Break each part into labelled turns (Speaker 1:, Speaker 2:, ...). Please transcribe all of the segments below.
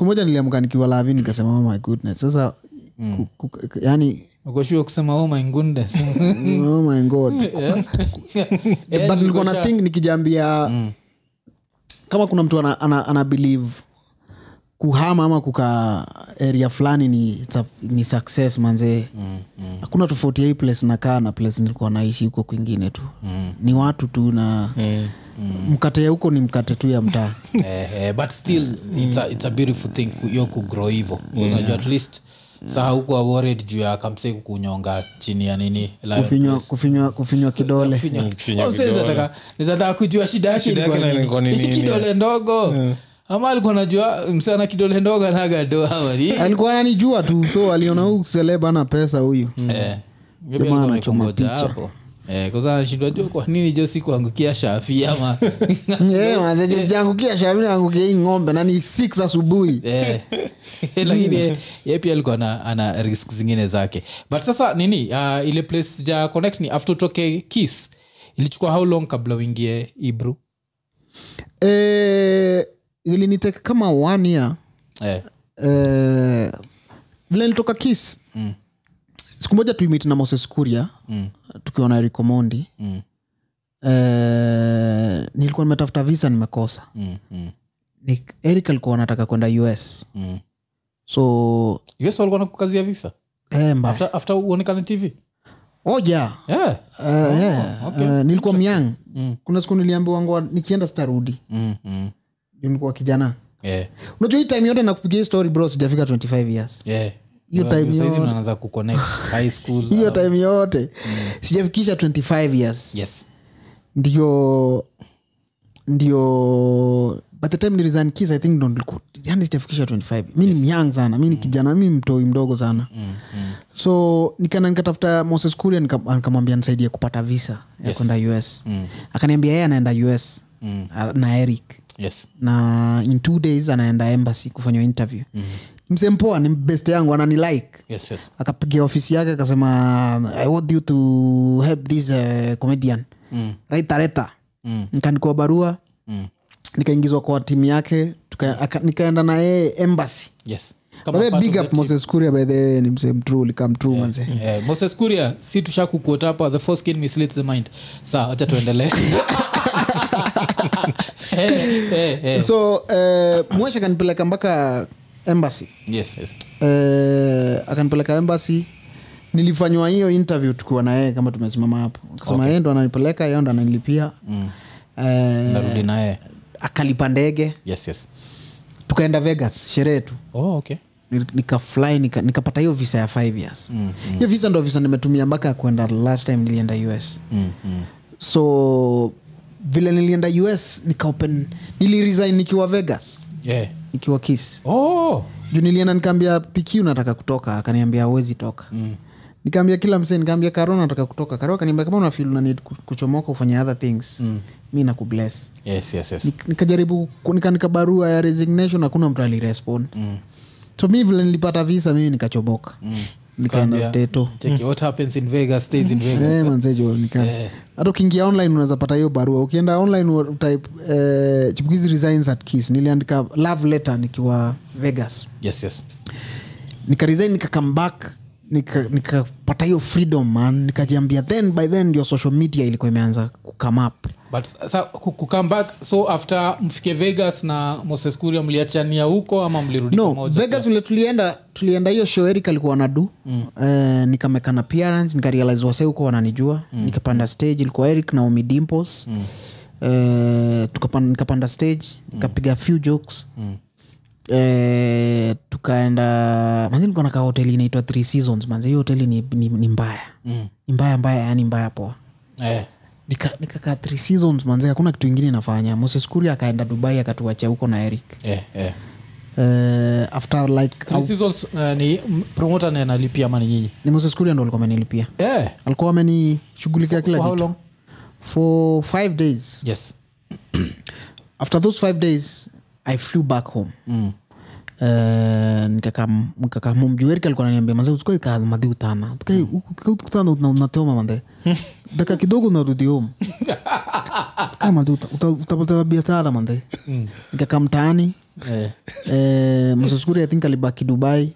Speaker 1: moja niliamka nikiwa lavi nikasema oh my goodness sasa mm. yani
Speaker 2: ukoshua kusema oh my goodness
Speaker 1: oh my god Eh, but nilikuwa Mm. na think nikijambia kama kuna mtu ana, ana, ana believe kuhama ama kukaa area fulani ni, sa- ni success manzee hakuna mm, mm. tofauti ya hii place nakaa na place nilikuwa naishi huko kwingine tu mm. ni watu tu na mm. mkate ya huko ni mkate tu ya mtaa
Speaker 3: eh, eh, but still it's a, it's a beautiful thing ku- yo kugrow hivo unajua at least saha huku wa worried juu ya kamse kunyonga chini ya nini lion.
Speaker 1: kufinywa, kufinywa, kufinywa kidole
Speaker 2: Kufinya-
Speaker 4: kufinya
Speaker 2: Oh, sasa
Speaker 4: vidole.
Speaker 2: nataka- nizataka kujua shida yake
Speaker 4: Shida
Speaker 2: ilikuwa
Speaker 4: yake
Speaker 2: nini.
Speaker 4: ilikuwa ni
Speaker 2: Ni
Speaker 4: nini,
Speaker 2: kidole ndogo ama alikuwa najua msana kidole ndogo
Speaker 1: alikuwa ananijua tu so aliona huu seleba na pesa huyu Jamaa anachoma picha.
Speaker 2: anashindwa jua Eh, kwa nini jo sikuangukia shafi ama
Speaker 1: Yeah, Mm. Eh, manze, juzi jangukia shauri angukia hii ng'ombe na ni six asubuhi
Speaker 2: Eh. lakini ye- ye pia alikuwa na, ana risk zingine zake but sasa nini uh, ile place ja connect ni after utoke kiss ilichukua how long kabla uingie ibru
Speaker 1: Eh, iliniteka kama one year
Speaker 2: eh.
Speaker 1: Eh, vile nilitoka kis mm. siku moja tuimit na moses kuria mm. tukiwa na rikomondi
Speaker 2: Mm.
Speaker 1: eh, nilikuwa nimetafuta visa nimekosa
Speaker 2: Mm, mm,
Speaker 1: Ni- eric alikuwa anataka kwenda us
Speaker 2: mm.
Speaker 1: so
Speaker 2: yes walikuwa nakukazia visa
Speaker 1: eh, mba-
Speaker 2: after, after uonekane Eh. tv
Speaker 1: oh yeah.
Speaker 2: yeah.
Speaker 1: Eh, eh,
Speaker 2: Oh, okay.
Speaker 1: eh, nilikuwa myang
Speaker 2: Mm.
Speaker 1: kuna siku niliambiwa ngwa nikienda sitarudi
Speaker 2: mm, mm. Eh,
Speaker 1: Juu nilikuwa kijana
Speaker 2: yeah.
Speaker 1: unajua hii time yote nakupigia hii story bro sijafika 25 years
Speaker 2: yeah.
Speaker 1: Hiyo
Speaker 2: eh. Unajua
Speaker 1: time
Speaker 2: saizi
Speaker 1: yote.
Speaker 2: unaanza kuconnect high school
Speaker 1: hiyo
Speaker 2: uh,
Speaker 1: time yote
Speaker 2: Mm.
Speaker 1: sijafikisha 25 years
Speaker 2: yes
Speaker 1: ndio ndio by the time nilisign Kiss, i think ndo niliku- yani sijafikisha 25 mi ni myang sana
Speaker 2: Mm.
Speaker 1: mi ni kijana mi mtoi mdogo sana so nikana nikatafuta moses kuria nika- nikamwambia nisaidie kupata visa ya kwenda us
Speaker 2: Mm.
Speaker 1: akaniambia yeye anaenda us a- na eric
Speaker 2: yes
Speaker 1: na in two days anaenda embassy kufanya interview msempoa ni best yangu anani like
Speaker 2: yes yes
Speaker 1: akapigia ofisi yake akasema i want you to help this uh, comedian mm. raita reta mm. nikaandikiwa barua mm. nikaingizwa kwa timu yake tuka, aka, nikaenda na yeye embassy
Speaker 2: yes
Speaker 1: By the way, big up moses kuria by the way ni msee mtrue likam true manze
Speaker 2: Eh, moses kuria si tushakukuotapa the foreskin misleads the mind saa wacha tuendelee Eh, eh, eh.
Speaker 1: so uh, mwesha akanipeleka mpaka embassy
Speaker 2: yes yes
Speaker 1: uh, akanipeleka embassy nilifanywa hiyo interview tukiwa na yeye kama tumesimama hapo akasema okay. yeye ndo ananipeleka yeye ndo ananilipia mm.
Speaker 2: narudi naye
Speaker 1: akalipa ndege
Speaker 2: yes yes
Speaker 1: tukaenda vegas sherehe tu
Speaker 2: oh okay
Speaker 1: Ni- nikafly nika- nikapata hiyo visa ya 5 years hiyo visa ndo visa nimetumia mpaka kuenda last time nilienda us
Speaker 2: mm, mm.
Speaker 1: so vile nilienda us nikaopen niliresign nikiwa vegas
Speaker 2: yeah
Speaker 1: nikiwa kis
Speaker 2: oh
Speaker 1: juu nilienda nikaambia piki unataka kutoka akaniambia awezi toka mm. nikaambia kila msee nikaambia karo nataka kutoka karo akaniambia kama unafil unanid kuchomoka ufanya other things mm. mi nakubless
Speaker 2: yes yes yes
Speaker 1: Nik- nikajaribu nikanika barua ya resignation hakuna mtu alirespond mm. so mi vile nilipata visa mimi nikachoboka mm. nikaenda
Speaker 2: Kaambia,
Speaker 1: steto
Speaker 2: Check it, what happens in vegas stays in vegas
Speaker 1: Eh, manze jo nika hata ukiingia online unaweza pata hiyo barua ukienda online wa- type eh, chipukizi resigns at kiss niliandika love letter nikiwa vegas
Speaker 2: yes yes
Speaker 1: nikaresign nikakam back nikapata nika nikapata hiyo freedom man nikajiambia then by then ndio social media ilikuwa imeanza kukam up
Speaker 2: but sa ku- ku come back so after mfike vegas na moses kuria mliachania huko ama mlirudi
Speaker 1: no
Speaker 2: pamoja
Speaker 1: vegas vile tulienda tulienda hiyo show eric alikuwa anadu mm. eh, nikamekana appearance nikarealize wase huko wananijua mm. nikapanda stage ilikuwa eric na omi dimples mm. eh, tukapanda, nikapanda stage nikapiga few jokes mm. Eh, tukaenda manzi nilikuwa nakaa hoteli inaitwa three seasons manzi hiyo hoteli ni, ni, ni mbaya mm. ni mbaya mbaya yani mbaya poa
Speaker 2: eh.
Speaker 1: nikakaa nika three seasons manzi hakuna kitu ingine inafanya moses kuria akaenda dubai akatuacha huko na eric
Speaker 2: Eh, eh.
Speaker 1: eh, after like
Speaker 2: Three seasons uh, ni m- promoter ndiye analipia ama ni nyinyi
Speaker 1: ni moses kuria ndo alikuwa amenilipia
Speaker 2: eh.
Speaker 1: alikuwa amenishughulikia
Speaker 2: for
Speaker 1: kila
Speaker 2: how
Speaker 1: kitu
Speaker 2: long
Speaker 1: for five days
Speaker 2: yes
Speaker 1: after those five days i flew back home Eh, mm. nikakamumjuerika alikuwa naniambia maze utukaika madhi utana utana unateoma mande daka kidogo narudi home kama tu uta- uta- utapoteza biashara mante nikakaa mtaani
Speaker 2: Eh.
Speaker 1: eh, msasukuri i think alibaki dubai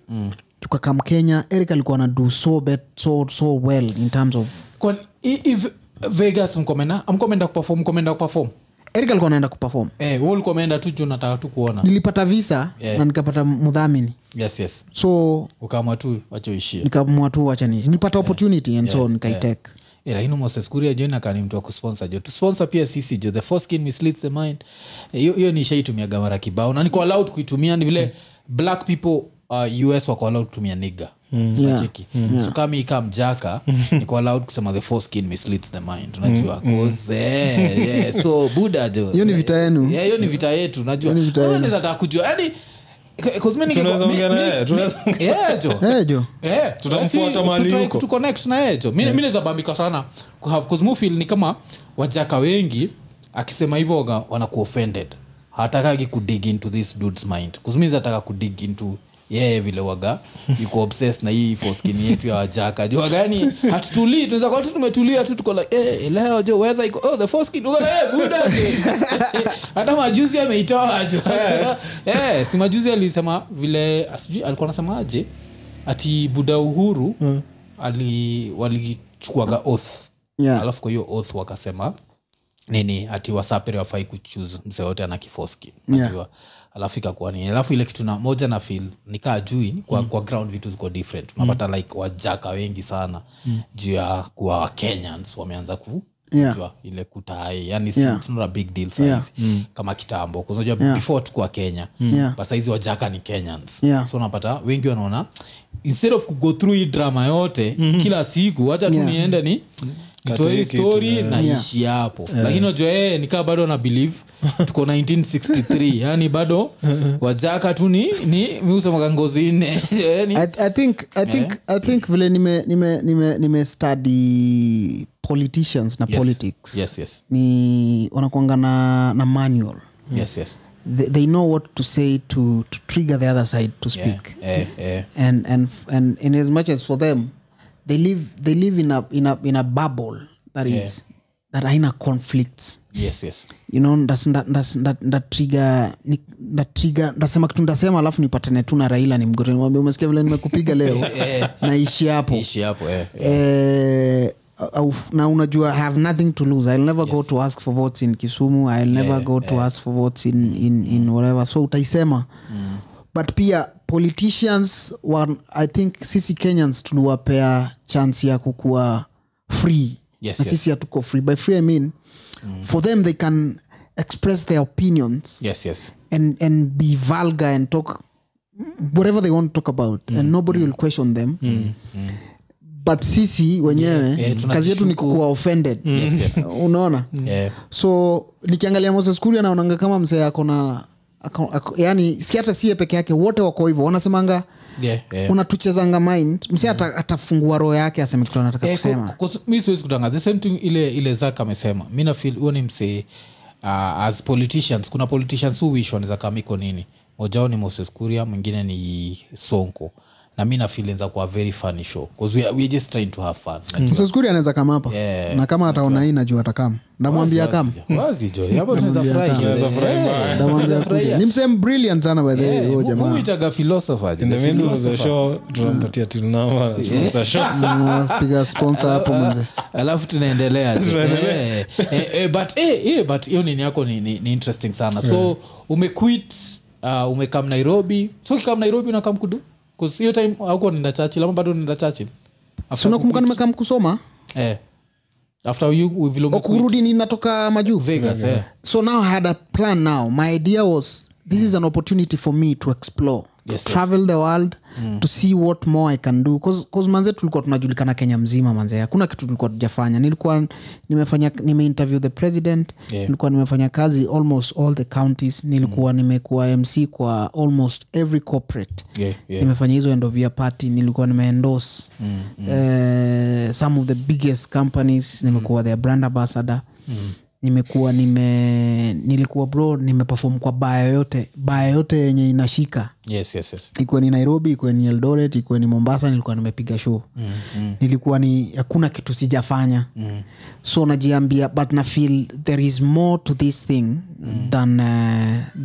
Speaker 1: tukakam kenya eric alikuwa na do so, bet, so, so well in terms of
Speaker 2: Kwa- i- if vegas mkomena amkomenda kupafom mkomenda kupafom
Speaker 1: eric alikuwa naenda kuperform
Speaker 2: eh, ulikuwa umeenda tu juu nataka tu kuona
Speaker 1: nilipata visa
Speaker 2: Yeah.
Speaker 1: na nikapata mdhamini
Speaker 2: yes yes
Speaker 1: so
Speaker 2: ukaamua tu wachoishie
Speaker 1: nikamua tu wachani nilipata opportunity and so nikaitek
Speaker 2: Eh, lakini moseskuria jo nakani mtu wa kusponsor jo tusponsor pia sisi jo the foreskin misleads the mind Eh, hiyo hiyo nishaitumiaga gamara kibao na niko allowed kuitumia ni vile black people uh, us wako allowed kutumia nigga
Speaker 1: Mm.
Speaker 2: Unacheki? so kama hii kama mjaka niko allowed kusema the foreskin misleads the mind
Speaker 1: Mm.
Speaker 2: unajua 'Cause, eh, yeah. so buda jo
Speaker 1: hiyo ni vita yenu
Speaker 2: Yeah, hiyo ni vita yetu najuanataka kujua Yaani, eh, yani
Speaker 5: Tunaweza ongea na yeye, tunaweza-
Speaker 2: tunaweza
Speaker 1: Eh, jo
Speaker 2: Yeah,
Speaker 5: Tutamfuata
Speaker 2: basi
Speaker 5: mahali
Speaker 2: try
Speaker 5: yuko.
Speaker 2: to connect na yejo mi yes. nezabambika sana kuzmufil ni kama wajaka wengi akisema hivyo waga- wanakuwa offended hatakagi kudig into this dudes mind kuzumizi ataka kudig into yeye vile waga yuko obsessed na hii foskin yetu ya wajaka jo waga yani hatutulii tunaweza kuwa tu tumetulia tu tuko like eh, leo jo weather iko oh the foskin uko like eh, buda jo." hata majuzi ameitoa jo eh si majuzi alisema vile sijui alikuwa anasema aje ati buda uhuru ali walichukuaga oath
Speaker 1: Yeah.
Speaker 2: alafu kwa hiyo oath wakasema nini ati wasapere wafai kuchuse mse wote ana kifoski najua yeah. alafu ikakuwa nini alafu ile kitu na moja na fil nikaa jui kwa, mm. kwa ground vitu ziko different unapata mm. like wajaka wengi sana mm. juu ya kuwa wakenyans wameanza ku
Speaker 1: Yeah.
Speaker 2: jua, ile kutai yani
Speaker 1: Yeah.
Speaker 2: it's not a big deal saizi
Speaker 1: Yeah. Mm.
Speaker 2: kama kitambo 'Cause unajua before tukua kenya
Speaker 1: Yeah.
Speaker 2: but saizi wajaka ni kenyans
Speaker 1: Yeah.
Speaker 2: so unapata wengi wanaona instead of kugo through hii drama yote kila siku wacha tu
Speaker 1: Mhm. Yeah.
Speaker 2: niende ni nitoe hii
Speaker 5: kitu,
Speaker 2: story na
Speaker 1: Yeah.
Speaker 2: ishi hapo lakini najua yeye nikaa bado na believe tuko 1963 yani bado wajaka tu ni ni miusemaga ngozi nne Yaani,
Speaker 1: I, I think, I think, I think vile nime, nime, nime, nime study politicians na
Speaker 2: Yes.
Speaker 1: politics
Speaker 2: Yes, yes.
Speaker 1: ni wanakuanga na, na manual
Speaker 2: yes yes
Speaker 1: they, they know what to say to, to trigger the other side to
Speaker 2: Yeah,
Speaker 1: speak
Speaker 2: eh, eh.
Speaker 1: and, and, and in as much as for them they live, they live in, a, in, a, in a bubble that is that haina conflicts
Speaker 2: yes yes
Speaker 1: you know ndas- nda- ndas- nda- ndatriga ni- ndatriga ndasema kitu ndasema alafu nipatane tu na raila ni mgote nimwambie, umesikia vile nimekupiga leo naishi hapo
Speaker 2: ishi hapo eh.
Speaker 1: eh, au- na unajua I have nothing to lose i'll never go to ask for votes in kisumu i'll never go to ask for votes in, in, in whatever so utaisema
Speaker 2: Mm.
Speaker 1: but pia politicians wan- i think sisi kenyans tuliwapea chance ya kukuwa free
Speaker 2: Yes,
Speaker 1: na
Speaker 2: yes. Mm.
Speaker 1: sisi hatuko free by free i mean for them they can express their opinions
Speaker 2: yes yes
Speaker 1: and and be vulgar and talk whatever they want to talk about and
Speaker 2: Mm.
Speaker 1: nobody will question them but sisi wenyewe kazi yetu ni kukuwa offended
Speaker 2: Mm. Yes, yes.
Speaker 1: unaona
Speaker 2: Eh.
Speaker 1: so nikiangalia moses kuria anaonanga kama mzee akona ako- ako- yani si hata sie peke yake wote wako hivyo wanasemanga
Speaker 2: Yeah, eh. yeah.
Speaker 1: unatuchezanga mind msee ata, atafungua roho yake aseme kitu anataka
Speaker 2: Eh,
Speaker 1: kusema
Speaker 2: ku- ku- mi siwezi kutanga the same thing ile ile zak amesema mi nafil huo ni msee uh, as politicians kuna politicians who wish wanaweza kama iko nini mojao ni moses kuria mwingine ni sonko na mi nafilinza kwa very funny show bcause we, are- we are just trying to have fun
Speaker 1: msoskuri anaweza kama hapa
Speaker 2: Yeah,
Speaker 1: na kama ataona hii najua atakama ndamwambia kama
Speaker 2: Eh,
Speaker 1: ndamwambia kuja. ni msee brilliant sana by the way huyo jamaa
Speaker 2: wazijoaitaga
Speaker 5: in the middle of
Speaker 2: philosopher
Speaker 5: the show tunampatia till now anatufunza show
Speaker 1: napiga sponsor hapo manze
Speaker 2: alafu tunaendelea tu. Eh, eh, eh, but eh, eh, but hiyo nini yako ni, ni, ni interesting sana so umequit uh, umekam nairobi so kikam nairobi unakam kudu 'Cause hiyo time auko nenda chachil ama bado nenda chachil
Speaker 1: Si unakumbuka nimekam kusoma
Speaker 2: eh. after you vile ume
Speaker 1: kurudi ninatoka majuu
Speaker 2: vegas eh.
Speaker 1: so now i had a plan now my idea was this is an opportunity for me to explore
Speaker 2: Yes, Mm.
Speaker 1: to
Speaker 2: yes.
Speaker 1: travel the world to see what more i can do bcause manze tulikuwa tunajulikana kenya mzima manze hakuna kitu tulikuwa tujafanya nilikuwa nimefanya nimeinterview the president
Speaker 2: Yeah. Mm.
Speaker 1: nilikuwa nimefanya kazi almost all the counties nilikuwa nimekuwa mc kwa almost every corporate
Speaker 2: Yeah, yeah.
Speaker 1: nimefanya hizo end of year party nilikuwa eh, nimeendorse mm, mm. uh, some of the biggest companies nimekuwa their brand ambassador mm. nimekuwa nime nilikuwa bro nimepefom kwa baya yote baya yote yenye inashika
Speaker 6: yes, yes, yes.
Speaker 1: ikuwe ni nairobi ikuwe ni eldoret ikuwe ni mombasa nilikuwa nimepiga show mm, mm. nilikuwa ni hakuna kitu sijafanya mm. so najiambia but na feel there is more to this thing mm. than, uh,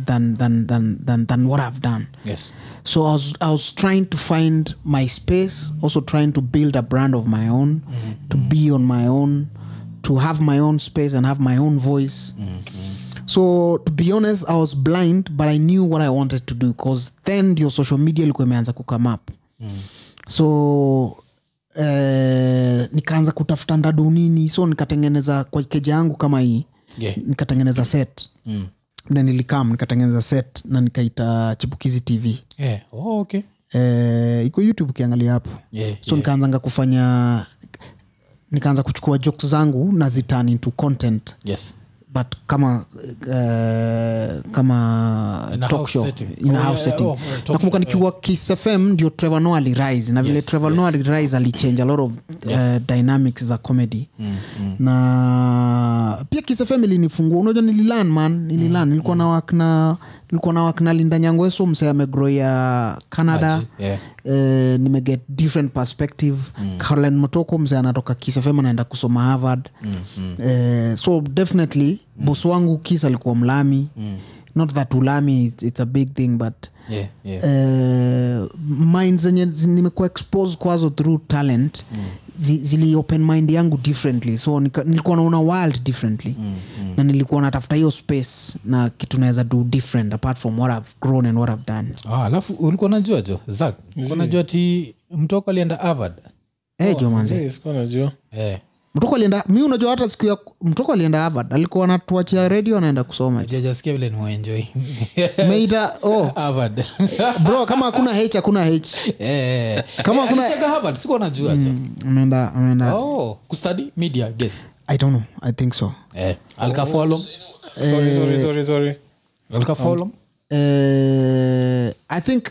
Speaker 1: than, than, than, than, than what i've done
Speaker 6: Yes.
Speaker 1: so I was, I was trying to find my space also trying to build a brand of my own to be on my own to have my own space and have my own voice so to be honest i was blind but i knew what i wanted to do because then your social media ilikuwa imeanza kukame up so eh, nikaanza kutafuta ndadu nini so nikatengeneza kwa keja yangu kama hii
Speaker 6: Yeah.
Speaker 1: nikatengeneza set mm. na nilikam nikatengeneza set na nikaita chipukizi tv
Speaker 6: Yeah. Oh, okay.
Speaker 1: eh, iko youtube ukiangalia hapo
Speaker 6: Yeah,
Speaker 1: so nikaanzanga kufanya nikaanza kuchukua jokes zangu na zitan into content
Speaker 6: Yes.
Speaker 1: but kama uh, kama
Speaker 6: In a
Speaker 1: talk
Speaker 6: house
Speaker 1: show
Speaker 6: setting.
Speaker 1: in a
Speaker 6: Oh,
Speaker 1: house
Speaker 6: yeah,
Speaker 1: setting
Speaker 6: oh, yeah, talk
Speaker 1: nakumbuka nikiwa Kiss FM ndio Trevor Noah alirise na vile
Speaker 6: Yes,
Speaker 1: Trevor
Speaker 6: yes.
Speaker 1: Noah alirise alichange a lot of uh, dynamics za comedy
Speaker 6: Mm,
Speaker 1: na pia Kiss FM ilinifungua unajua nililan man nililan
Speaker 6: Mm,
Speaker 1: nilikuwa na work na nilikuwa na work na Linda Nyangweso msee amegrow ya Canada
Speaker 6: Aji, yeah.
Speaker 1: eh, nimeget different perspective mm. caroline motoko mzee anatoka kisfm anaenda kusoma harvard mm, mm. Eh, so definitely mm. bos wangu kis alikuwa mlami mm. not that ulami it's, it's a big thing but
Speaker 6: Yeah, yeah.
Speaker 1: eh, mind zenye zi- nimekuwa exposed kwazo through talent mm. zi, zili open mind yangu differently so nika, nilikuwa naona world differently mm, mm. na nilikuwa natafuta hiyo space na kitu naweza do different apart from what i've grown and what i've done
Speaker 6: Ah, alafu ulikuwa najua jo zak ulikuwa najua ti mtoko alienda harvard
Speaker 1: hey, oh, jomanzi
Speaker 5: Hey, sikuwa najua
Speaker 6: eh.
Speaker 1: mtoko alienda mi unajua hata siku ya mtoko alienda harvard alikuwa anatuachia redio anaenda kusoma
Speaker 6: jajasikia vile niwaenjoi
Speaker 1: meita oh,
Speaker 6: harvard
Speaker 1: bro kama hakuna h hakuna h
Speaker 6: Eh.
Speaker 1: Kama
Speaker 6: Eh,
Speaker 1: kuna- Mm.
Speaker 6: alishaka harvard sikuwa najua jo
Speaker 1: ameenda ameenda
Speaker 6: oh, kustudy media guess
Speaker 1: i don't know i think so
Speaker 6: eh. alkafolom
Speaker 5: sorry, sorry, sorry, sorry.
Speaker 6: alkafolom
Speaker 1: eh, i think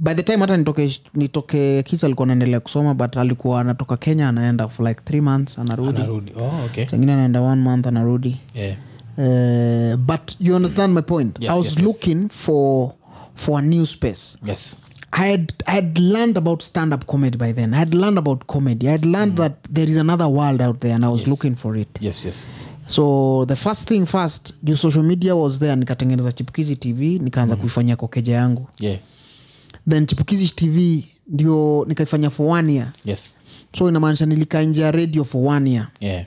Speaker 1: by the time hata nitoke nitoke kisa alikuwa anaendelea kusoma but alikuwa anatoka kenya anaenda for like three months anarudi
Speaker 6: narudi oh, okay.
Speaker 1: sengine anaenda one month anarudi
Speaker 6: eh.
Speaker 1: uh, but you understand my point
Speaker 6: Yes,
Speaker 1: i was
Speaker 6: yes, yes.
Speaker 1: looking for for a new space
Speaker 6: yes
Speaker 1: I had I had learned about stand up comedy by then. I had learned about comedy. I had learned that there is another world out there, and I was looking for it.
Speaker 6: yes yes
Speaker 1: So the first thing first, your social media was there. Nikatengeneza Chipukizi TV, nikaanza kuifanyia kwa keja yangu.
Speaker 6: yeah
Speaker 1: Then Chipukizi TV ndio nikaifanya for one year.
Speaker 6: yes
Speaker 1: So inamaanisha nilikaa nje ya radio for one year.
Speaker 6: yeah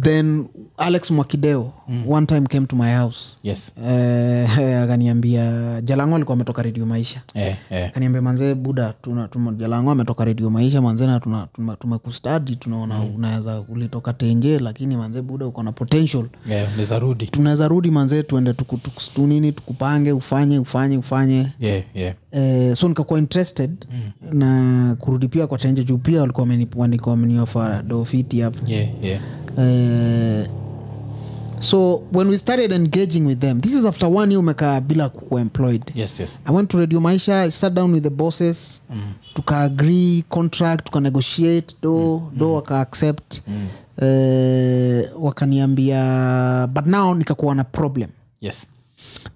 Speaker 1: Then Alex Mwakideo one time came to my house.
Speaker 6: yes
Speaker 1: Eh, akaniambia Jalango alikuwa ametoka radio Maisha.
Speaker 6: eh, eh.
Speaker 1: kaniambia manzee buda tuna- tuna- jalango ametoka redio maisha manzee na tuna- tuna- tumekustadi tunaona unaweza ulitoka tenje lakini manzee buda uko na potential
Speaker 6: Yeah, unaweza rudi
Speaker 1: tunaweza rudi manzee tuende tuku- tuku- tunini tukupange ufanye ufanye ufanye
Speaker 6: yeah, yeah.
Speaker 1: eh, so nikakuwa interested mm. na kurudi pia kwa tenje juu pia walikuwa wamenipa- walikuwa wameniofa dofiti hapo
Speaker 6: Yeah, yeah.
Speaker 1: Eh, so when we started engaging with them this is after one year umekaa bila kukuwa employed
Speaker 6: yes yes
Speaker 1: i went to radio maisha i sat down with the bosses mm. tuka agree contract tuka negotiate do mm. do waka accept mm. eh, wakaniambia but now nikakuwa na problem
Speaker 6: yes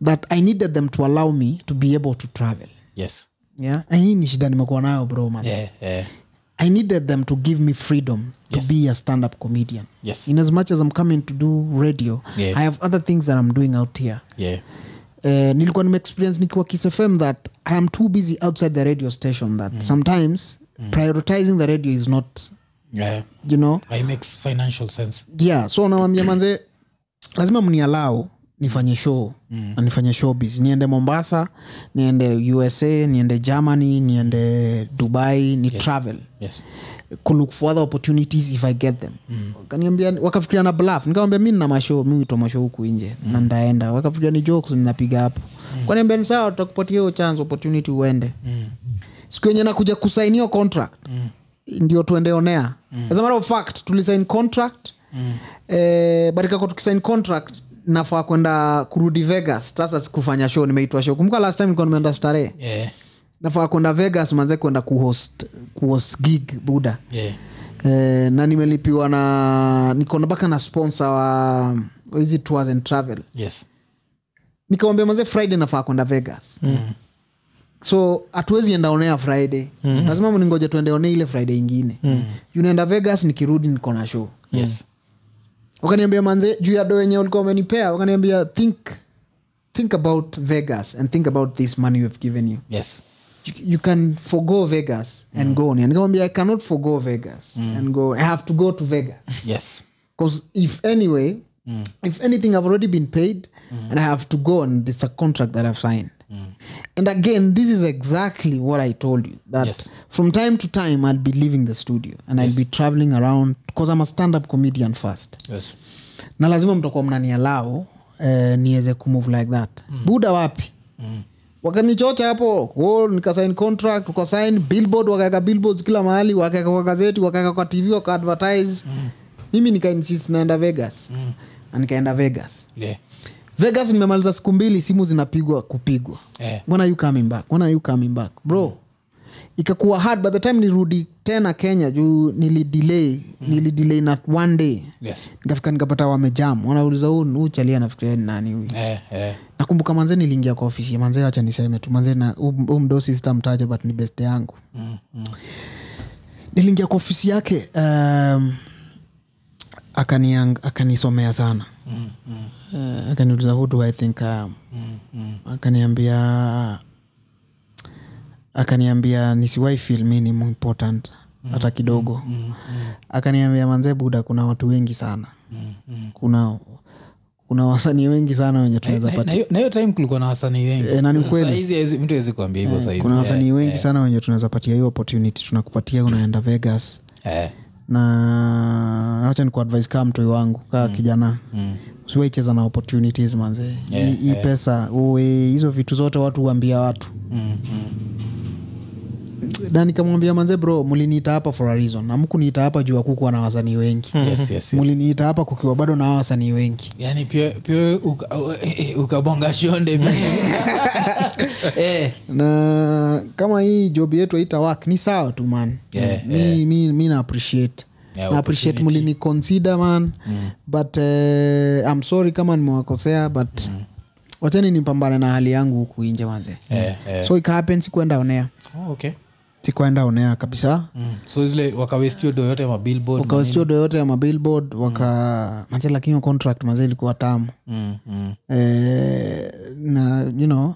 Speaker 1: that i needed them to allow me to be able to travel
Speaker 6: yes
Speaker 1: yeah na hii ni shida nimekuwa nayo bro man
Speaker 6: yeah, yeah.
Speaker 1: i needed them to give me freedom to be a stand up comedian
Speaker 6: Yes.
Speaker 1: in as much as i'm coming to do radio
Speaker 6: Yeah.
Speaker 1: i have other things that i'm doing out here
Speaker 6: yeah.
Speaker 1: eh, nilikuwa nimeexperience nikiwa kisfm that i am too busy outside the radio station that sometimes prioritizing the radio is not
Speaker 6: yeah.
Speaker 1: you know
Speaker 6: i makes financial sense
Speaker 1: yeah so nawambia manze lazima mnialau nifanye show mm. na nifanye showbiz niende mombasa niende usa niende germany niende dubai ni yes. travel
Speaker 6: yes
Speaker 1: kulook for other opportunities if i get them mm. wakaniambia wakafikiria na blaf nikawambia mi nina mashow mi wito mashow huku nje mm. na ndaenda wakafikiria ni jokes ninapiga hapo mm. kaniambia ni sawa tutakupatia hiyo chance opportunity uende mm. siku yenye nakuja kusain hiyo contract mm. ndio tuendeonea mm. as a matter of fact tulisain contract mm. eh, but ikako tukisain contract nafaa kwenda kurudi vegas sasa kufanya show nimeitwa show kumbuka last time nilikuwa nimeenda starehe
Speaker 6: yeah
Speaker 1: nafaa kwenda vegas manze kwenda kuhost, kuhost gig buda
Speaker 6: yeah
Speaker 1: eh, na nimelipiwa na niko na baka na sponsor wa wa hizi tours and travel
Speaker 2: yes
Speaker 1: nikamwambia mazee friday nafaa kwenda vegas mm. so hatuwezi enda onea friday mm. lazima mningoja tuende onea ile friday ingine mm. unaenda vegas nikirudi niko na show
Speaker 2: yes
Speaker 6: Mm.
Speaker 1: wakaniambia manze juu ya do yenye ulikuwa umenipea wakaniambia think think about vegas and think about this money we've given you
Speaker 2: yes
Speaker 1: you, you can forgo vegas and go on nikamwambia i cannot forgo vegas and go i have to go to vegas
Speaker 2: yes
Speaker 1: because if anyway if anything i've already been paid and i have to go and it's a contract that i've signed and again this is exactly what i told you that
Speaker 2: Yes.
Speaker 1: from time to time i'll be leaving the studio and i'll be traveling around because i'm a stand-up comedian first
Speaker 2: yes
Speaker 1: na lazima mtakuwa mnanialao eh, niweze kumove like that mm. buda wapi mm. wakanichocha hapo oh, nikasign contract ukasign billboard wakaweka billboards kila mahali wakaweka kwa gazeti wakaweka kwa tv wakaadvertise mm. mimi nikainsist naenda vegas mm. na nikaenda vegas
Speaker 2: yeah
Speaker 1: vegas nimemaliza siku mbili simu zinapigwa kupigwa
Speaker 2: Eh.
Speaker 1: When are you coming back When are you coming back bro ikakuwa hard by the time nirudi tena kenya juu nilidelay mm. nilidelay na one day
Speaker 2: yes
Speaker 1: nikafika nikapata wamejam wanauliza huu huu chalia nafikiria ni nani huyu
Speaker 2: eh eh
Speaker 1: nakumbuka manze niliingia kwa ofisi manze wacha niseme tu manze na huu huu mdosi sitamtaja but ni best yangu mm, mm. niliingia kwa ofisi yake um, akaniang- akanisomea sana mm, mm. Uh, akaniuliza who do i think I am mm, mm. akaniambia akaniambia nisiwai feel mi ni important hata kidogo mm, mm, mm. akaniambia manze buda kuna watu wengi sana mm, mm. kuna kuna wasanii wengi sana wenye tunaweza
Speaker 2: Na- na hiyo- na hiyo time kulikuwa na wasanii wengi
Speaker 1: Eh, na ni ukweli.
Speaker 2: Saizi hawezi- mtu awezi kuambia hivyo saizi
Speaker 1: kuna wasanii
Speaker 2: Eh,
Speaker 1: wengi sana wenye tunaweza patia hiyo opportunity tunakupatia unaenda vegas
Speaker 2: eh,
Speaker 1: na wacha ni kuadvise kaa mtoi wangu kaa kijana mm. usiwaicheza na opportunities manze yeah, hii yeah. pesa uwe hizo vitu zote watu huambia watu
Speaker 2: mm,
Speaker 1: Mm-hmm. na nikamwambia manze bro mliniita hapa for a reason amkuniita hapa juu akukuwa na wasanii wengi
Speaker 2: yes, yes, yes.
Speaker 1: mliniita hapa kukiwa bado na hawa wasanii wengi
Speaker 2: yani pia pia uka- eh, eh, ukabonga shonde Eh,
Speaker 1: na kama hii job yetu haita work ni sawa tu man
Speaker 2: Yeah,
Speaker 1: mi, mi, mi na appreciate
Speaker 2: Yeah,
Speaker 1: na appreciate mulini consider man mm. but uh, i'm sorry kama nimewakosea but mm. wachani nipambane na hali yangu huku inje manze
Speaker 2: eh, eh.
Speaker 1: so ikahapen sikuenda onea
Speaker 2: Oh, okay.
Speaker 1: sikuenda onea kabisa
Speaker 2: Mm. so zile wakawestio do yote mabillboard
Speaker 1: wakawestiodo yote ya mabillboard waka manze lakini hiyo contract manze ilikuwa tamu
Speaker 2: mm, mm.
Speaker 1: eh, na you know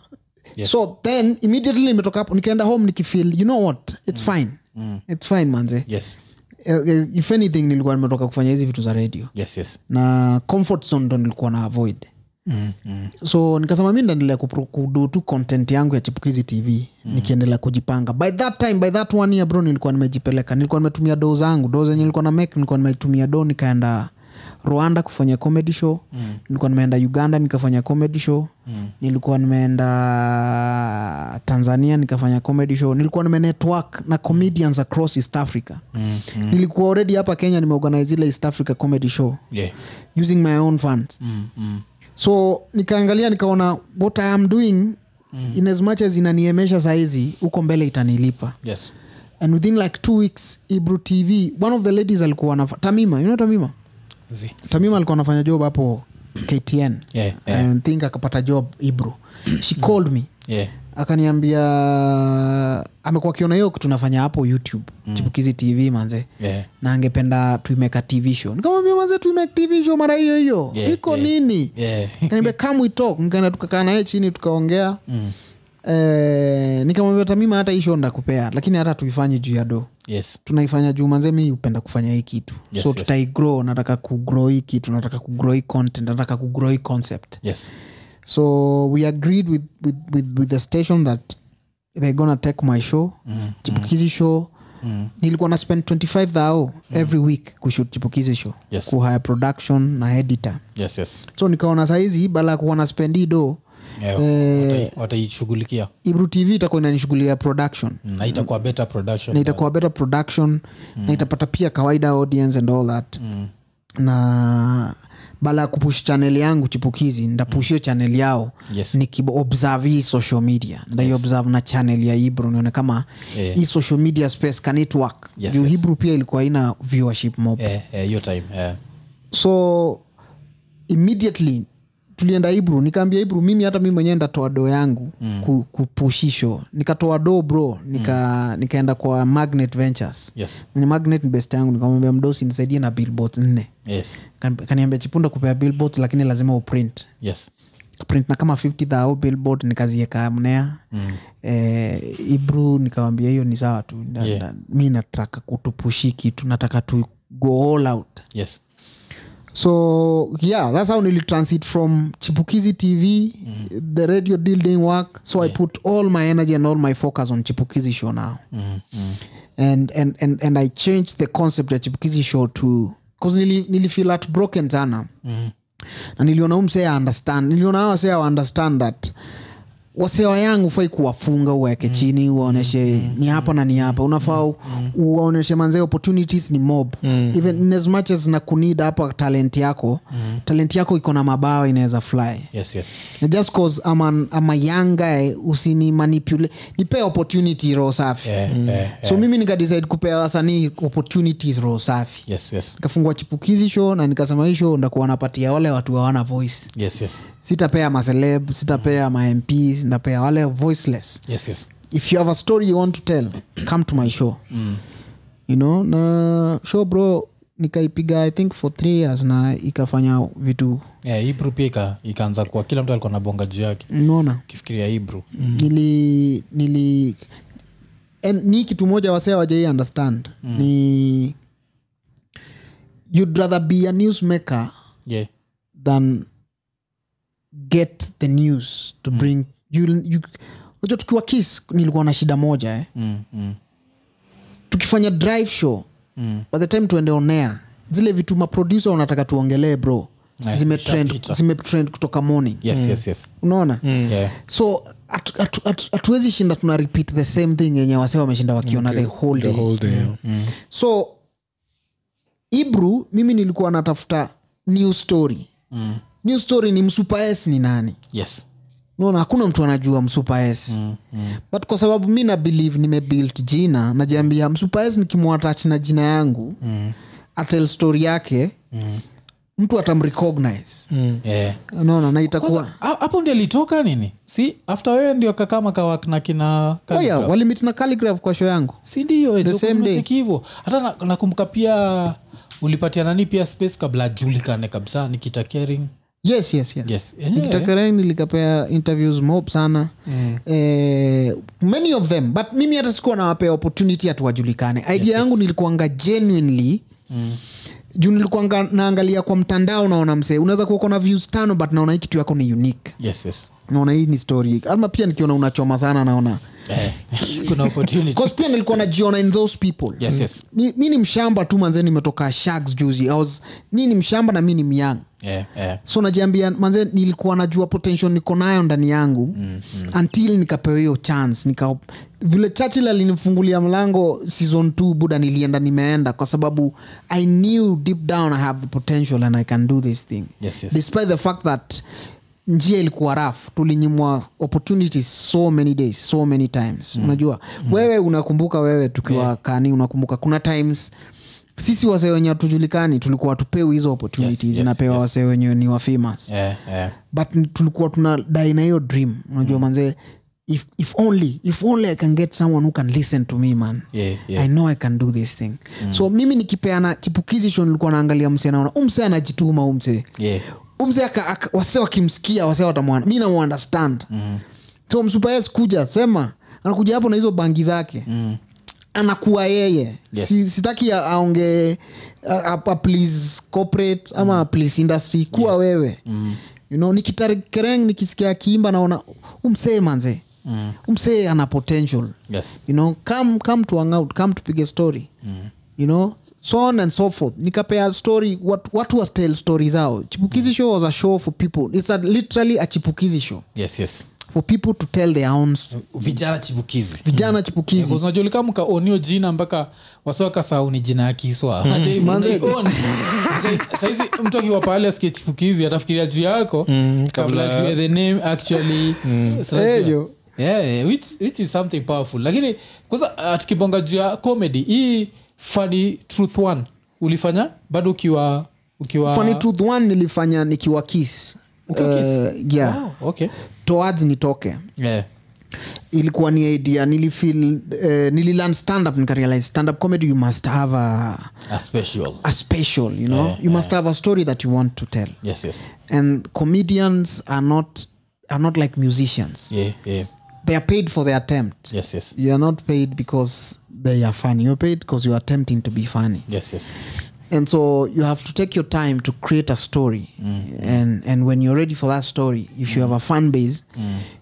Speaker 1: yes. so then immediately nimetoka hapo nikaenda home nikifeel you know what its mm. fine mm. its fine manze
Speaker 2: yes
Speaker 1: yeah. if anything nilikuwa nimetoka kufanya hizi vitu za radio
Speaker 2: yes yes
Speaker 1: na comfort zone ndo nilikuwa na avoid
Speaker 2: mm, mm.
Speaker 1: so nikasema mi ndaendelea kupro- kudu tu content yangu ya chipukizi tv mm. nikiendelea kujipanga by that time by that one year bro nilikuwa nimejipeleka nilikuwa nimetumia doo zangu doo zenye nilikuwa na make nilikuwa nimetumia doo nikaenda rwanda kufanya comedy show mm. nilikuwa nimeenda uganda nikafanya comedy show mm. nilikuwa nimeenda tanzania nikafanya comedy show nilikuwa nimenetwork na comedians across east africa mm. Mm. nilikuwa already hapa kenya nimeorganize ile east africa comedy show
Speaker 2: yeah
Speaker 1: using my own funds
Speaker 2: mm, mm.
Speaker 1: so nikaangalia nikaona what i am doing
Speaker 2: Mm-hmm.
Speaker 1: mm. in as much as inaniemesha saizi huko mbele itanilipa
Speaker 2: yes
Speaker 1: and within like two weeks ibru tv one of the ladies alikuwa anafa- tamima you know tamima
Speaker 2: Zi.
Speaker 1: tamima alikuwa anafanya job hapo ktn
Speaker 2: Yeah, yeah.
Speaker 1: and think akapata job ibru she called me
Speaker 2: yeah
Speaker 1: akaniambia amekuwa akiona hiyo kitu nafanya hapo youtube mm. chipukizi tv manze
Speaker 2: yeah
Speaker 1: na angependa tuimeka tv show nikamwambia manze tuimeka tv show mara hiyo hiyo
Speaker 2: Yeah,
Speaker 1: iko
Speaker 2: yeah.
Speaker 1: nini
Speaker 2: yeah
Speaker 1: kaniambia come we talk nikaenda tukakaa naye chini tukaongea mm. eh, nikamwambia tamima hata hii show ndakupea lakini hata tuifanye juu ya do
Speaker 2: yes
Speaker 1: tunaifanya juu manze mi upenda kufanya hii kitu
Speaker 2: Yes,
Speaker 1: so
Speaker 2: yes.
Speaker 1: tutaigrow nataka kugrow hii kitu nataka kugrow hii content nataka kugrow hii concept
Speaker 2: yes
Speaker 1: so we agreed with, with, with, with the station that they're gonna take my show mm, chipukizi show mm. nilikuwa na spend 25 thao every week kushut chipukizi show
Speaker 2: Yes.
Speaker 1: kuhaya production na editor
Speaker 2: yes yes
Speaker 1: so nikaona saizi bala kuwa na spendi do
Speaker 2: yeah watai- Eh, wataishughulikia
Speaker 1: ibru tv itakuwa inanishughulia production
Speaker 2: Mm, na itakuwa better production
Speaker 1: na itakuwa better production mm. na itapata pia kawaida audience and all that mm. na bala ya kupush chanel yangu chipukizi ndapush hiyo chanel yao
Speaker 2: Mm. Yes.
Speaker 1: nikiobserve hii social media ndaiobserve na chanel ya hibru nione kama
Speaker 2: Eh.
Speaker 1: hii social media space can it work
Speaker 2: Yes,
Speaker 1: juu
Speaker 2: yes.
Speaker 1: hibru pia ilikuwa ina viewership mob
Speaker 2: Eh, eh, hiyo time eh.
Speaker 1: so immediately tulienda ibru nikaambia ibru mimi hata mi mwenyewe ndatoa doo yangu mm. kupushisho nikatoa doo bro nika, nikaenda kwa magnet ventures
Speaker 2: yes
Speaker 1: ni magnet ni best yangu nikamwambia mdosi nisaidie na billboard nne
Speaker 2: yes
Speaker 1: Kan- kaniambia chipunda kupea billboard lakini lazima uprint
Speaker 2: yes
Speaker 1: print na kama 50 za au billboard nikazieka mnea mm. eh, ibru nikawambia hiyo ni sawa tu na,
Speaker 2: Yeah.
Speaker 1: na, mi nataka kutupushi kitu nataka tu go all out
Speaker 2: yes
Speaker 1: so yeah that's how nilitransit from chipukizi tv mm. the radio deal didn't work so i put all my energy and all my focus on chipukizi show now mm. Mm. And, and, and, and i changed the concept ya chipukizi show to bcause nili, nilifeel at broken sana mm. na niliona umsee understand niliona hawa wasee wa understand that wasewa yangu ufai kuwafunga uweke mm. chini uwaonyeshe mm. ni hapa na ni hapa unafaa mm. uwaonyeshe manzee opportunities ni mob mm. even in as much as nakunid hapa talent yako mm. talent yako iko na mabawa inaweza fly
Speaker 2: yes yes
Speaker 1: na just cause I'm an, I'm a young guy usini manipulate nipe opportunity roho safi
Speaker 2: eh, eh,
Speaker 1: so mimi nikadecide kupea wasanii opportunities roho safi
Speaker 2: yes yes
Speaker 1: nikafungua chipukizi show na nikasema hii show ndakuwa napatia wale watu hawana voice
Speaker 2: yes yes
Speaker 1: sitapea maceleb sitapea mamps ndapea wale voiceless
Speaker 2: yes yes
Speaker 1: if you have a story you want to tell come to my show mm. you know na show bro nikaipiga i think for three years na ikafanya vitu
Speaker 2: yeah, Eh, ibru pia ika- ikaanza kuwa kila mtu alikuwa na bonga juu yake
Speaker 1: unaona
Speaker 2: ukifikiria ibru
Speaker 1: mm. nili nili and ni kitu moja wasee wajai understand mm. ni you'd rather be a newsmaker
Speaker 2: yeah
Speaker 1: than get the news to bring you, you, unajua tukiwa kiss nilikuwa na shida moja eh?
Speaker 2: mm, mm.
Speaker 1: tukifanya drive show mm. by the time tuende onea zile vitu maproducer wanataka tuongelee bro
Speaker 2: Eh,
Speaker 1: zimetrend
Speaker 2: ishapita.
Speaker 1: zimetrend kutoka morning
Speaker 2: yes yes yes
Speaker 1: unaona
Speaker 2: yeah
Speaker 1: so hatu- hatu- hatu- hatuwezi shinda tuna repeat the same thing yenye wase wameshinda wakiona the whole
Speaker 5: the
Speaker 1: day
Speaker 5: whole day Mm.
Speaker 1: so ibru mimi nilikuwa natafuta new story mm. new story ni msupa s ni nani
Speaker 2: yes
Speaker 1: naona hakuna mtu anajua msupas mm, mm. but kwa sababu mi na believe nimebuilt jina najiambia msupas nikimwatach na jina yangu mm. atel story yake mm. mtu atamrecognize
Speaker 2: yeah
Speaker 1: unaona na itakuwa
Speaker 2: Ha- hapo ndio alitoka nini si after wewe ndio kakama kawakna kina
Speaker 1: oh yeah, walimit na calligraph kwa show yangu
Speaker 2: si ndio eh,
Speaker 1: The
Speaker 2: so
Speaker 1: same
Speaker 2: kuna
Speaker 1: day.
Speaker 2: cheki hivyo hata na- nakumbuka pia ulipatia nani pia space kabla ajulikane kabisa nikita caring
Speaker 1: yes yes yes
Speaker 2: yes Eh,
Speaker 1: nikitakarani nilikapea interviews mob sana mm. eh, many of them but mimi hata sikuwa nawapea opportunity hatuwajulikane idea yes, yangu yes. nilikuanga genuinely mm juu nilikuanga naangalia kwa mtandao naona msee unaweza kuwa uko na views tano but naona hii kitu yako ni unique
Speaker 2: yes yes
Speaker 1: naona hii ni story ama pia nikiona unachoma sana naona
Speaker 2: eh, kuna opportunity
Speaker 1: 'Cause pia nilikuwa najiona in those people
Speaker 2: yes yes
Speaker 1: mi, mi ni mshamba tu manzee nimetoka shaks juzi I was, mi ni mshamba na mi ni myang
Speaker 2: eh, eh.
Speaker 1: so najiambia manze nilikuwa najua potential niko nayo ndani yangu mm, mm.
Speaker 2: Mm-hmm.
Speaker 1: until nikapewa hiyo chance nika vile churchill alinifungulia mlango season 2 buda nilienda nimeenda kwa sababu i knew deep down i have the potential and i can do this thing
Speaker 2: Yes, yes.
Speaker 1: despite the fact that njia ilikuwa raf tulinyimwa opportunities so many days so many times mm. unajua mm. wewe unakumbuka wewe tukiwa yeah. kani unakumbuka kuna times sisi wasee wenye hatujulikani tulikuwa tupewi hizo opportunities
Speaker 2: Yes, yes,
Speaker 1: zinapewa yes. wasee wenye ni wafamas yeah.
Speaker 2: Eh, eh.
Speaker 1: but n- tulikuwa tuna dai na hiyo dream unajua mm. manzee if, if only if only i can get someone who can listen to me man
Speaker 2: Yeah, yeah.
Speaker 1: i know i can do this thing mm. so mimi nikipeana chipukizi sho nilikuwa naangalia msee naona umsee anajituma umsee
Speaker 2: Yeah.
Speaker 1: umse wase wakimsikia wase watamwana mi namuunderstand mm. so msupayes kuja sema anakuja hapo na hizo bangi zake mm anakuwa yeye yes. si, sitaki a- aonge a- a- a- please corporate ama mm. please industry kuwa yeah. wewe mm. you know, nikitarikereng nikisikia akiimba naona umsee manze mm. umsee ana potential
Speaker 2: yes
Speaker 1: you know come come to hang out come tupige story mm. you know so on and so forth nikapea story what, what was
Speaker 6: Mm.
Speaker 1: tell story zao chipukizi show was a show for people it's a, literally a chipukizi show
Speaker 2: yes yes
Speaker 1: for people to tell their own s-
Speaker 6: Mm.
Speaker 2: vijana chivukizi
Speaker 1: vijana chipukizi
Speaker 6: unajulikamka onio jina mpaka wasiwakasau ni jina ya kiswa Unajua hivi,
Speaker 1: Hmm. Manze.
Speaker 6: unaion. Sa- saizi mtu akiwa pahali asikichipukizi atafikiria juu yako
Speaker 1: Hmm,
Speaker 6: kabla ajue the name actually so unajua.
Speaker 1: Eh, jo.
Speaker 6: Yeah, which, which is something powerful lakini kwanza ah, tukibonga juu ya comedy hii funny truth one ulifanya bado ukiwa ukiwa
Speaker 1: funny truth one nilifanya nikiwa kis
Speaker 6: Ukiwa Kiss?
Speaker 1: Uh, yeah.
Speaker 6: Oh, okay
Speaker 1: towards nitoke
Speaker 6: yeah.
Speaker 1: ilikuwa ni idea nilifil uh, nililan standup nikarealize standup comedy you must have a,
Speaker 2: a special
Speaker 1: a special you know you must have a story that you want to tell
Speaker 2: yes yes
Speaker 1: and comedians are not are not like musicians
Speaker 2: yeah yeah
Speaker 1: they are paid for their attempt
Speaker 2: yes yes
Speaker 1: you are not paid because they are funny you're paid because you are attempting to be funny
Speaker 2: yes yes
Speaker 1: and so you have to take your time to create a story
Speaker 2: Mm-hmm.
Speaker 1: and and when you're ready for that story if
Speaker 2: Mm.
Speaker 1: you have a fan base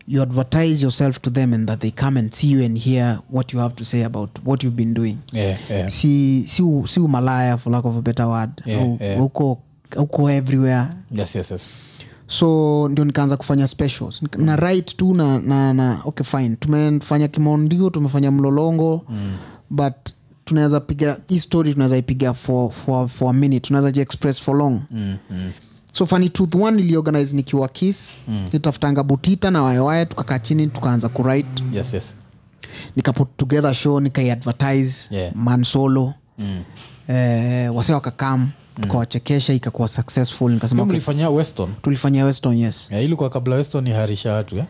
Speaker 1: you advertise yourself to them and that they come and see you and hear what you have to say about what you've been doing
Speaker 2: yeah yeah
Speaker 1: si si u- si umalaya for lack of a better word
Speaker 2: Yeah,
Speaker 1: Au-
Speaker 2: yeah.
Speaker 1: huko huko everywhere
Speaker 2: yes yes yes
Speaker 1: so ndio nikaanza kufanya specials Nik- na right tu na, na, na okay fine tumefanya kimondio tumefanya mlolongo mm. but tunaweza piga hii story tunaweza ipiga for, for, for a minute tunaweza jiexpress for long mm, mm so funny tooth one niliorganize nikiwa kis mm. nitafutanga butita na wayewaye tukakaa chini tukaanza kuwrite
Speaker 2: yes yes
Speaker 1: nikaput together show nikaiadvertise
Speaker 2: Yeah.
Speaker 1: man solo mm. eh, wase wakakam tukawachekesha ikakuwa successful nikasema
Speaker 6: Hiyo
Speaker 1: okay,
Speaker 6: mlifanyia weston
Speaker 1: tulifanyia weston yes
Speaker 2: yeah, ilikuwa kabla weston iharisha watu eh?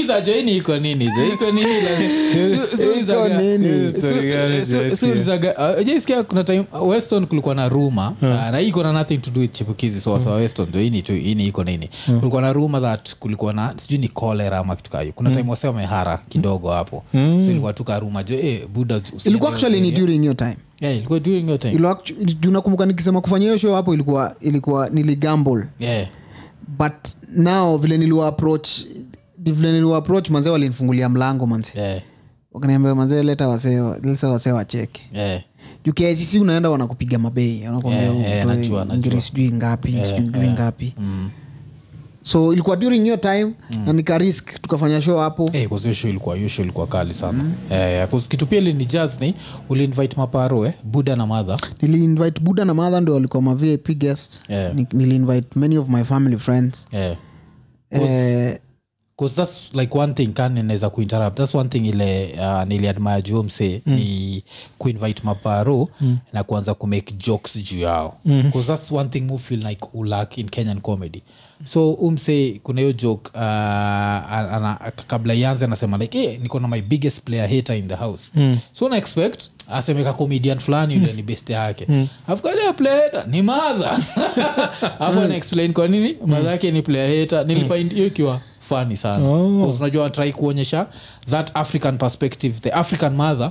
Speaker 2: iza joini iko nini zo iko nini la- su- su-
Speaker 1: Iko
Speaker 2: izaga-
Speaker 1: nini?
Speaker 2: su-
Speaker 5: Story gani
Speaker 2: su-
Speaker 5: sijasikia?
Speaker 2: su- izaga- uh, jaisikia kuna time uh, weston kulikuwa na ruma uh, na hii iko na nothing to do with chipukizi so wasa weston jo ini tu ini iko nini kulikuwa na ruma that kulikuwa na sijui ni cholera ama kitu kayo kuna time wase wamehara kidogo hapo so ilikuwa tu karuma jo eh, buda usi-
Speaker 1: ilikuwa actually ni during hiyo time
Speaker 2: yeah, ilikuwa during your time
Speaker 1: Ilo actu- juu nakumbuka nikisema kufanya hiyo show hapo ilikuwa ilikuwa niligamble
Speaker 2: yeah
Speaker 1: but now vile niliwa approach vile niliwa approach manzee walinifungulia mlango manze
Speaker 2: yeah
Speaker 1: wakaniambia manzee leta wasee leta wasee wacheke
Speaker 2: yeah
Speaker 1: juu KICC unaenda wanakupiga mabei wanakuambia
Speaker 2: Yeah, yeah,
Speaker 1: utoe
Speaker 2: najua, Mm. najua.
Speaker 1: ngiri sijui ngapi sijui ngiri ngapi so ilikuwa during hiyo time
Speaker 2: Mm.
Speaker 1: na nikarisk tukafanya show hapo
Speaker 2: Hey, 'cause Eh, hiyo show ilikuwa hiyo show ilikuwa kali sana mm. yeah, 'cause kitu pia lini ni uliinvite maparo eh? buda na madha
Speaker 1: niliinvite buda na madha ndio walikuwa ma vip guest
Speaker 2: Yeah.
Speaker 1: Ni- niliinvite many of my family friends
Speaker 2: yeah.
Speaker 1: Eh,
Speaker 2: 'Cause thats like one thing kan inaweza kuinterrupt thats one thing ile uh, niliadmire juu mse mm. ni kuinvite maparo mm. na kuanza kumake jokes juu yao mm. cause thats one thing mufil like ulak in kenyan comedy so umse kuna hiyo joke uh, ana, kabla ianze anasema like hey, niko na my biggest player hater in the house mm. so na expect asemeka comedian fulani yule ni best yake Alafu kwa ile player hater ni madha afu anaexplain kwa nini madha yake ni player hater nilifind hiyo ikiwa fani sana Because unajua wanatrai kuonyesha that african perspective the african mother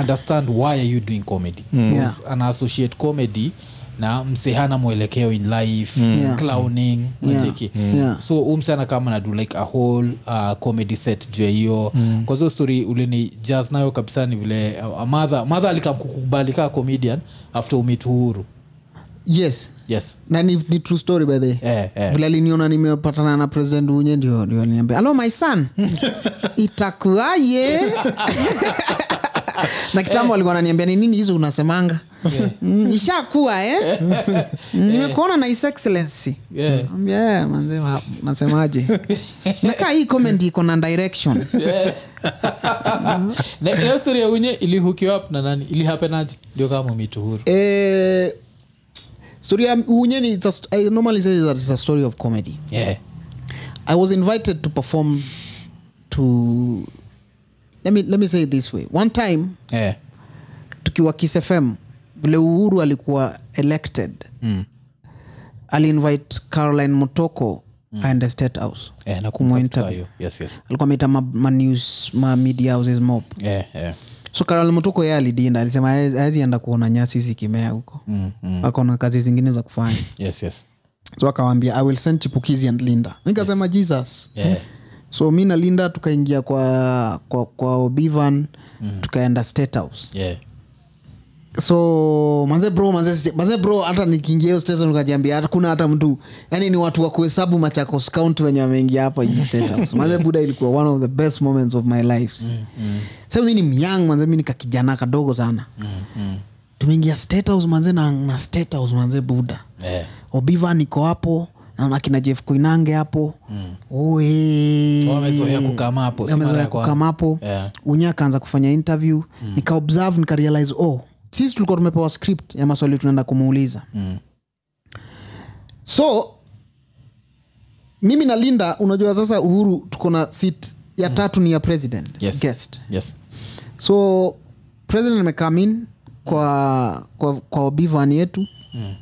Speaker 2: understand why are you doing comedy Because ana associate comedy na msehana mwelekeo in life
Speaker 1: Yeah.
Speaker 2: clowning
Speaker 1: Yeah.
Speaker 2: unacheki.
Speaker 1: Yeah.
Speaker 2: so umsana kama nadu like a whole uh, comedy set juu ya hiyo kwa hizo story ulini jazz nayo kabisa ni vile uh, madha madha alikamkukubali kaa comedian after umit uhuru
Speaker 1: yes
Speaker 2: yes
Speaker 1: na ni, ni true story by the way.
Speaker 2: Eh, eh.
Speaker 1: vile aliniona nimepatana na president unye ndio ndio aliniambia alo my son itakuaje na kitambo alikuwa ananiambia ni nini hizo unasemanga Mm, ishakuwa eh nimekuona na his excellency
Speaker 2: Yeah.
Speaker 1: Ambia, "Yeah, manze wa- nasemaje nakaa hii comment iko na direction
Speaker 2: Na- hiyo story ya unye ilihukiwa up na nani ilihapenaji ndio kama umit uhuru
Speaker 1: eh, story ya unye ni it's a- I normally say that it's a story of comedy
Speaker 2: yeah.
Speaker 1: I was invited to perform to let me let me say it this way. One time
Speaker 2: Yeah.
Speaker 1: tukiwa Kiss FM vile Uhuru alikuwa elected. Mm. Aliinvite Caroline Motoko mm. Eh, aende State House.
Speaker 2: Yeah, nakumbuka
Speaker 1: Kumuinterview.
Speaker 2: kutoka hiyo. Yes, yes.
Speaker 1: Alikuwa ameita ma, ma news ma media houses mob.
Speaker 2: Yeah, yeah.
Speaker 1: So Caroline Motoko yeye alidinda alisema haezi haezi enda kuona nyasi zikimea huko. Mm, mm. Akona kazi zingine za kufanya.
Speaker 2: Yes, yes.
Speaker 1: so akawaambia i will send chipukizi and linda nikasema jesus
Speaker 2: Yeah.
Speaker 1: so mi na linda tukaingia kwa kwa, kwa obivan mm. tukaenda state house
Speaker 2: Yeah.
Speaker 1: so manze bro manze, sija- manze bro hata nikiingia hiyo station ukajiambia hakuna hata mtu yani ni watu wa kuhesabu machakos count wenye wameingia hapa hii status manze buda ilikuwa one of the best moments of my life mm, mm. sa mi ni myang manze mi nikakijana kadogo sana mm, mm. tumeingia state house manze na, na state house manze buda
Speaker 2: Eh.
Speaker 1: obiva niko hapo naona kina jef koinange hapo Oe.
Speaker 2: Hmm. Wamezoea kukaa hapo, si
Speaker 1: Wamezoea
Speaker 2: mara ya
Speaker 1: kukaa
Speaker 2: kwanza.
Speaker 1: hapo
Speaker 2: Yeah. Hmm.
Speaker 1: unya akaanza kufanya interview mm. nikaobserve nikarealize oh sisi tulikuwa tumepewa script ya maswali tunaenda kumuuliza
Speaker 2: Hmm.
Speaker 1: mm. so mimi na linda unajua sasa uhuru tuko na sit ya tatu ni ya president
Speaker 2: Hmm. Yes.
Speaker 1: guest
Speaker 2: yes
Speaker 1: so president amecome in kwa, kwa, kwa obivani yetu mm.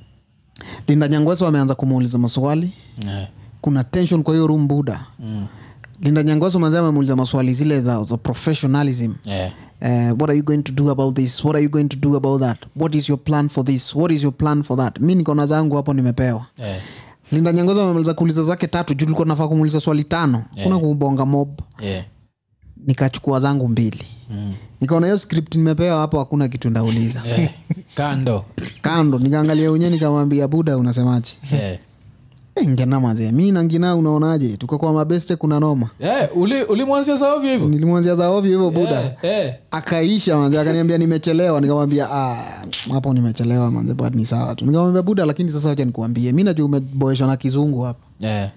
Speaker 1: linda nyangweso ameanza kumuuliza maswali
Speaker 2: Eh.
Speaker 1: kuna tension kwa hiyo room buda mm. linda nyangweso manzi amemuuliza maswali zile za, za professionalism
Speaker 2: Eh.
Speaker 1: Uh, what are you going to do about this what are you going to do about that what is your plan for this what is your plan for that mi nikona zangu hapo nimepewa
Speaker 2: Eh.
Speaker 1: linda nyangoza amemaliza kuuliza zake tatu juu tulikuwa nafaa kumuuliza swali tano kuna kubonga mob
Speaker 2: Eh.
Speaker 1: nikachukua zangu mbili mm. nikaona hiyo script nimepewa hapo hakuna kitu ndauliza
Speaker 2: Eh. kando
Speaker 1: kando nikaangalia wenyewe nikamwambia buda unasemaje
Speaker 2: Eh.
Speaker 1: Eh, ngena mazee mi na ngina unaonaje tuko kwa mabeste kuna noma
Speaker 2: Eh, uli- ulimwanzia saovyo hivo
Speaker 1: nilimwanzia za ovyo hivyo buda
Speaker 2: Eh.
Speaker 1: akaisha manze akaniambia nimechelewa nikamwambia "Ah, hapo nimechelewa manze but ni sawa tu nikamwambia buda lakini sasa wacha nikuambie mi najua umeboeshwa na kizungu hapa
Speaker 2: Eh.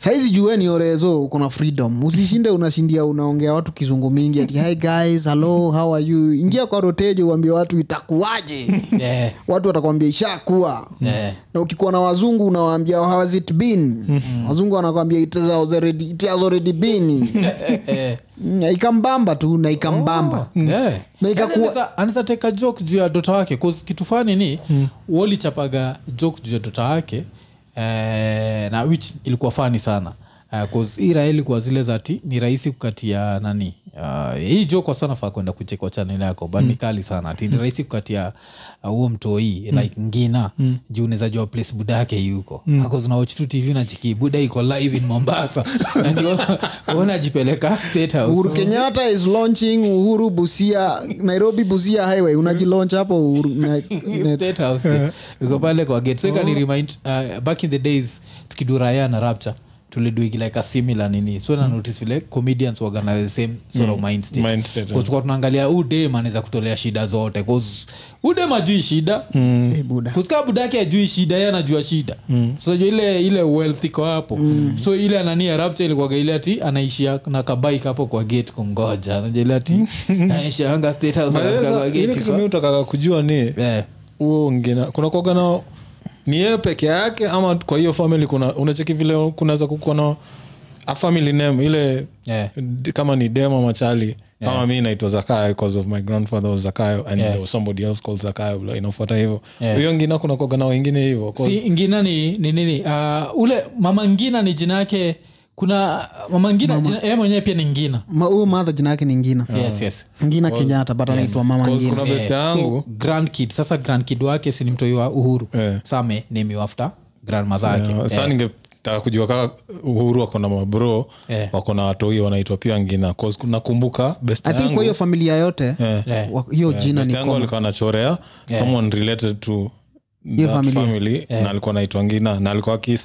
Speaker 1: saizi jueni orezo uko na freedom usishinde unashindia unaongea watu kizungu mingi ati hi guys hello how are you ingia kwa rotejo uambie watu itakuwaje
Speaker 2: Eh.
Speaker 1: watu watakwambia ishakuwa
Speaker 2: Eh.
Speaker 1: na ukikuwa na wazungu unawaambia "How has it been wazungu wanakwambia "It has already- it has already been
Speaker 2: Eh.
Speaker 1: Mm, ikambamba tu na
Speaker 2: Oh.
Speaker 1: ikambamba
Speaker 2: Yeah.
Speaker 1: Na
Speaker 2: Yaani
Speaker 1: ikakuwa-
Speaker 2: anaweza- anaweza teka joke juu ya dota wake 'cause kitu fani ni
Speaker 1: Mm.
Speaker 2: walichapaga joke juu ya dota wake eh, na which ilikuwa fani sana Eh, 'cause hii raha ilikuwa zile zati ni rahisi kukatia nani Ah, hii joke kwa sana faa kwenda kucheka kwa channel yako but
Speaker 1: Mm.
Speaker 2: ni kali sana ati ni rahisi kukatia ah, huo mtoi
Speaker 1: Mm.
Speaker 2: like ngina juu unaweza jua place buda yake Ah, yuko
Speaker 1: Mm.
Speaker 2: akozinawach tu tv nachiki buda iko live in mombasa And you also- unajipeleka State House.
Speaker 1: uhuru kenyatta is launching uhuru busia nairobi busia highway unajilaunch hapo uhuru na- na-
Speaker 2: State House, iko pale kwa gate so
Speaker 5: Oh.
Speaker 2: ikani remind uh, back in the days tukidu raya na rapture tuliduigi like a similar nini so
Speaker 5: Hmm.
Speaker 2: na notice vile comedians waga na the same sort of mind state
Speaker 5: Mind state,
Speaker 2: Kwa tukua tunaangalia udem anaweza kutolea shida zote udem ajui shida
Speaker 5: Hmm.
Speaker 1: Eh, buda
Speaker 2: kusika budake ajui shida ye anajua shida mm. so ju ile ile wealth iko hapo mm.
Speaker 5: Hmm.
Speaker 2: so ile anani ya rapture ilikuwaga ile ati anaishia na kabaik hapo kwa gate kumgoja anajua ile ati anaishia anga state house anafika kwa
Speaker 5: Sasa,
Speaker 2: gate
Speaker 5: Hmm. ile kitu mi
Speaker 2: kwa-
Speaker 5: utakaga kujua ni
Speaker 2: Eh.
Speaker 5: huo ngina kuna kuaga nao ni yeye peke yake ama kwa hiyo family kuna unacheki vile kunaweza kukuwa na a family name ile
Speaker 2: Yeah.
Speaker 5: d- kama ni dem ama chali kama mi naitwa zakayo because of my grandfather was zakayo and there was somebody else called zakayo bla inafuata hivyo
Speaker 2: Yeah.
Speaker 5: hiyo ngina kuna kuaga na wengine hivyo 'cause-
Speaker 2: si ngina ni ni nini Ah, ule mama ngina ni jina yake kuna mama ngina jina- yeye mwenyewe pia ni ngina
Speaker 1: Ma- huyo madha jina yake ni ngina
Speaker 2: yes yes Eh,
Speaker 1: ngina kenyatta but anaitwa mama
Speaker 5: Because
Speaker 1: ngina
Speaker 5: kuna Ah. best
Speaker 2: so
Speaker 5: yangu
Speaker 2: grand kid sasa grand kid wake si ni mtoi wa uhuru
Speaker 5: Eh. Ah.
Speaker 2: same name after grandma zake
Speaker 5: Yeah, saa ningetaka kujua kaa uhuru wako na mabro
Speaker 2: Yeah.
Speaker 5: wako na watoi wanaitwa pia ngina 'Cause nakumbuka best
Speaker 1: i think
Speaker 5: yangu
Speaker 1: kwa hiyo familia yote
Speaker 2: Eh.
Speaker 1: wa- hiyo jina
Speaker 5: best
Speaker 1: ni
Speaker 5: yangu
Speaker 1: koma
Speaker 5: alikuwa anachorea someone related to
Speaker 1: Hiyo
Speaker 5: that
Speaker 1: familia.
Speaker 5: family na alikuwa naitwa ngina na alikuwa aki-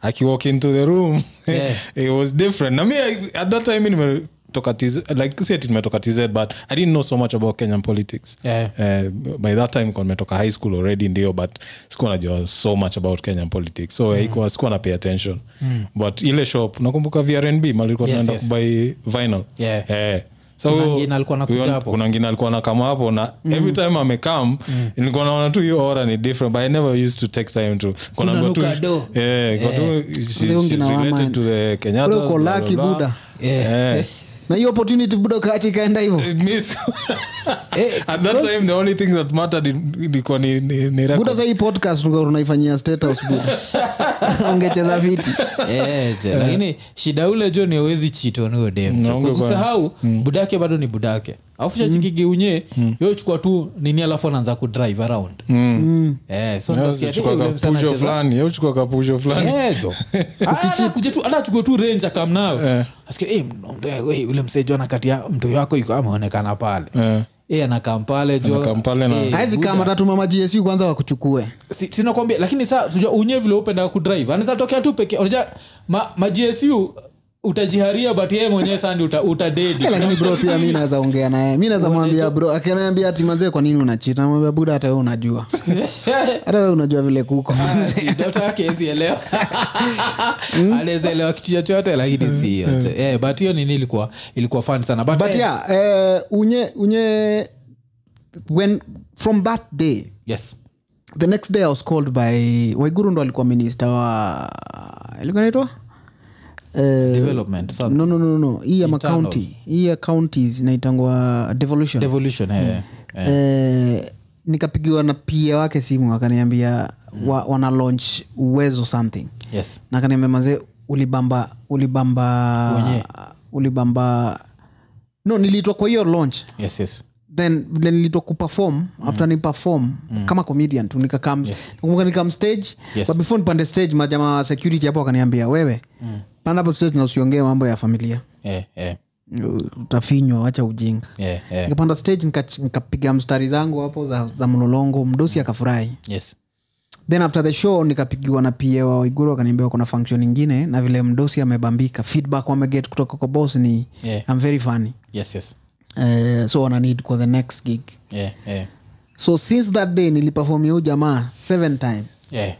Speaker 5: aki walk into the room it was different na mi I- at that time mi nimetoka TZ like si ati nimetoka tz but i didn't know so much about kenyan politics
Speaker 2: Yeah.
Speaker 5: Eh, by that time kwa nimetoka high school already ndio but sikuwa najua so much about kenyan politics so mm. sikuwa na pay attention mm. but ile shop nakumbuka vrnb malikuwa
Speaker 2: Yes,
Speaker 5: tunaenda
Speaker 2: yes.
Speaker 5: kubai vinyl
Speaker 2: Yeah.
Speaker 5: Eh. So,
Speaker 2: Kuna ngine alikuwa anakuja
Speaker 5: huyo-
Speaker 2: hapo. Mm.
Speaker 5: kuna ngine alikuwa nakama hapo na every time amekam nilikuwa naona tu hiyo ora ni different but i never used to take time to kuna
Speaker 2: Unanuka
Speaker 5: mtu-
Speaker 2: do.
Speaker 5: Eh, kwa tu- she-
Speaker 1: Ule ungi
Speaker 5: she's
Speaker 1: na wama-
Speaker 5: related to the Kenyatta,
Speaker 1: Ule uko
Speaker 5: blah, blah,
Speaker 1: lucky
Speaker 5: blah.
Speaker 1: Buddha.
Speaker 5: Eh.
Speaker 1: na hiyo opportunity buda kaacha ikaenda hivyo
Speaker 5: Miss-
Speaker 2: Eh,
Speaker 5: At that time, the only thing that mattered il- ilikuwa ni- ni- ni record.
Speaker 1: buda sahii podcast ungekuwa unaifanyia state house buda ungecheza viti
Speaker 2: Eh, je, lakini shida ule jo ni uwezi chitoniyo
Speaker 5: Naonge Hmm. kwa-
Speaker 2: demsahau budake bado ni budake alafu shachikigiunye
Speaker 5: Hmm.
Speaker 2: yochukua tu nini alafu anaanza kudrive around
Speaker 5: Hmm.
Speaker 2: Eh, so
Speaker 5: Yes,
Speaker 2: nasikia tu
Speaker 5: uchukua
Speaker 2: yule
Speaker 5: ka
Speaker 2: msana
Speaker 5: pusho
Speaker 2: anacheza-
Speaker 5: fulani, yeye uchukua ka pusho
Speaker 1: Yaani,
Speaker 5: fulani.
Speaker 2: Ezo. Ah, anakuja tu- anachukua tu range "Eh, akamnao Asikia, "Eh, mtu- we, ule msejo anakatia mtoyo wako iko ameonekana pale e anakaa pale jo
Speaker 5: Anakaa pale na-
Speaker 2: eh,
Speaker 1: haezi kama tatuma majisu kwanza wakuchukue
Speaker 6: Si- sinakwambia lakini saa tujua unye vile upenda kudrive anaweza tokea tu peke unajua ma, ma gsu utajiharia but yeye mwenyewe sandi uta, utadedi
Speaker 1: Eh, lakini bro pia mi naweza ongea naye mi naweza mwambia bro akiniambia ati manzee kwa nini unachita namwambia buda hata we unajua hata we unajua vile kuko
Speaker 2: Ah, Si, daughter yake hawezi elewa.
Speaker 1: Hmm?
Speaker 2: Anaweza elewa kitu chochote lakini si hiyo tu. Eh, but hiyo nini ilikuwa ilikuwa fun sana But,
Speaker 1: but
Speaker 2: eh,
Speaker 1: yeah eh, unye unye when from that day
Speaker 2: yes.
Speaker 1: the next day i was called by waiguru ndo alikuwa minister wa ilikuwa naitwa eh,
Speaker 2: Development, some
Speaker 1: no, no, no, no. hii ya makaunti hii ya counties inaitangwa devolution
Speaker 2: devolution, eh.
Speaker 1: eh, nikapigiwa na pia wake simu akaniambia wa, wana launch uwezo something
Speaker 2: Yes.
Speaker 1: na akaniambia mazee ulibamba ulibamba ulibamba no niliitwa kwa hiyo launch
Speaker 2: Yes, yes.
Speaker 1: then vile nilitwa kuperform mm. after niperform mm. kama comedian tu nikakam yes. nikam stage
Speaker 2: Yes.
Speaker 1: but before nipande stage majama wa security hapo wakaniambia wewe mm. panda hapo stage na usiongee mambo ya familia
Speaker 2: Eh, eh,
Speaker 1: utafinywa wacha ujinga
Speaker 2: eh, eh.
Speaker 1: nikapanda stage nikach- nikapiga mstari zangu hapo za, za mlolongo mdosi akafurahi
Speaker 2: Yes.
Speaker 1: then after the show nikapigiwa na pa wa waiguru akaniambia wako na function ingine na vile mdosi amebambika feedback wameget kutoka kwa boss ni
Speaker 2: Yeah.
Speaker 1: I'm very funny
Speaker 2: Yes, yes.
Speaker 1: uh, so wana need kwa the next gig
Speaker 2: Eh, eh,
Speaker 1: so since that day niliperform huu jamaa seven times
Speaker 2: eh.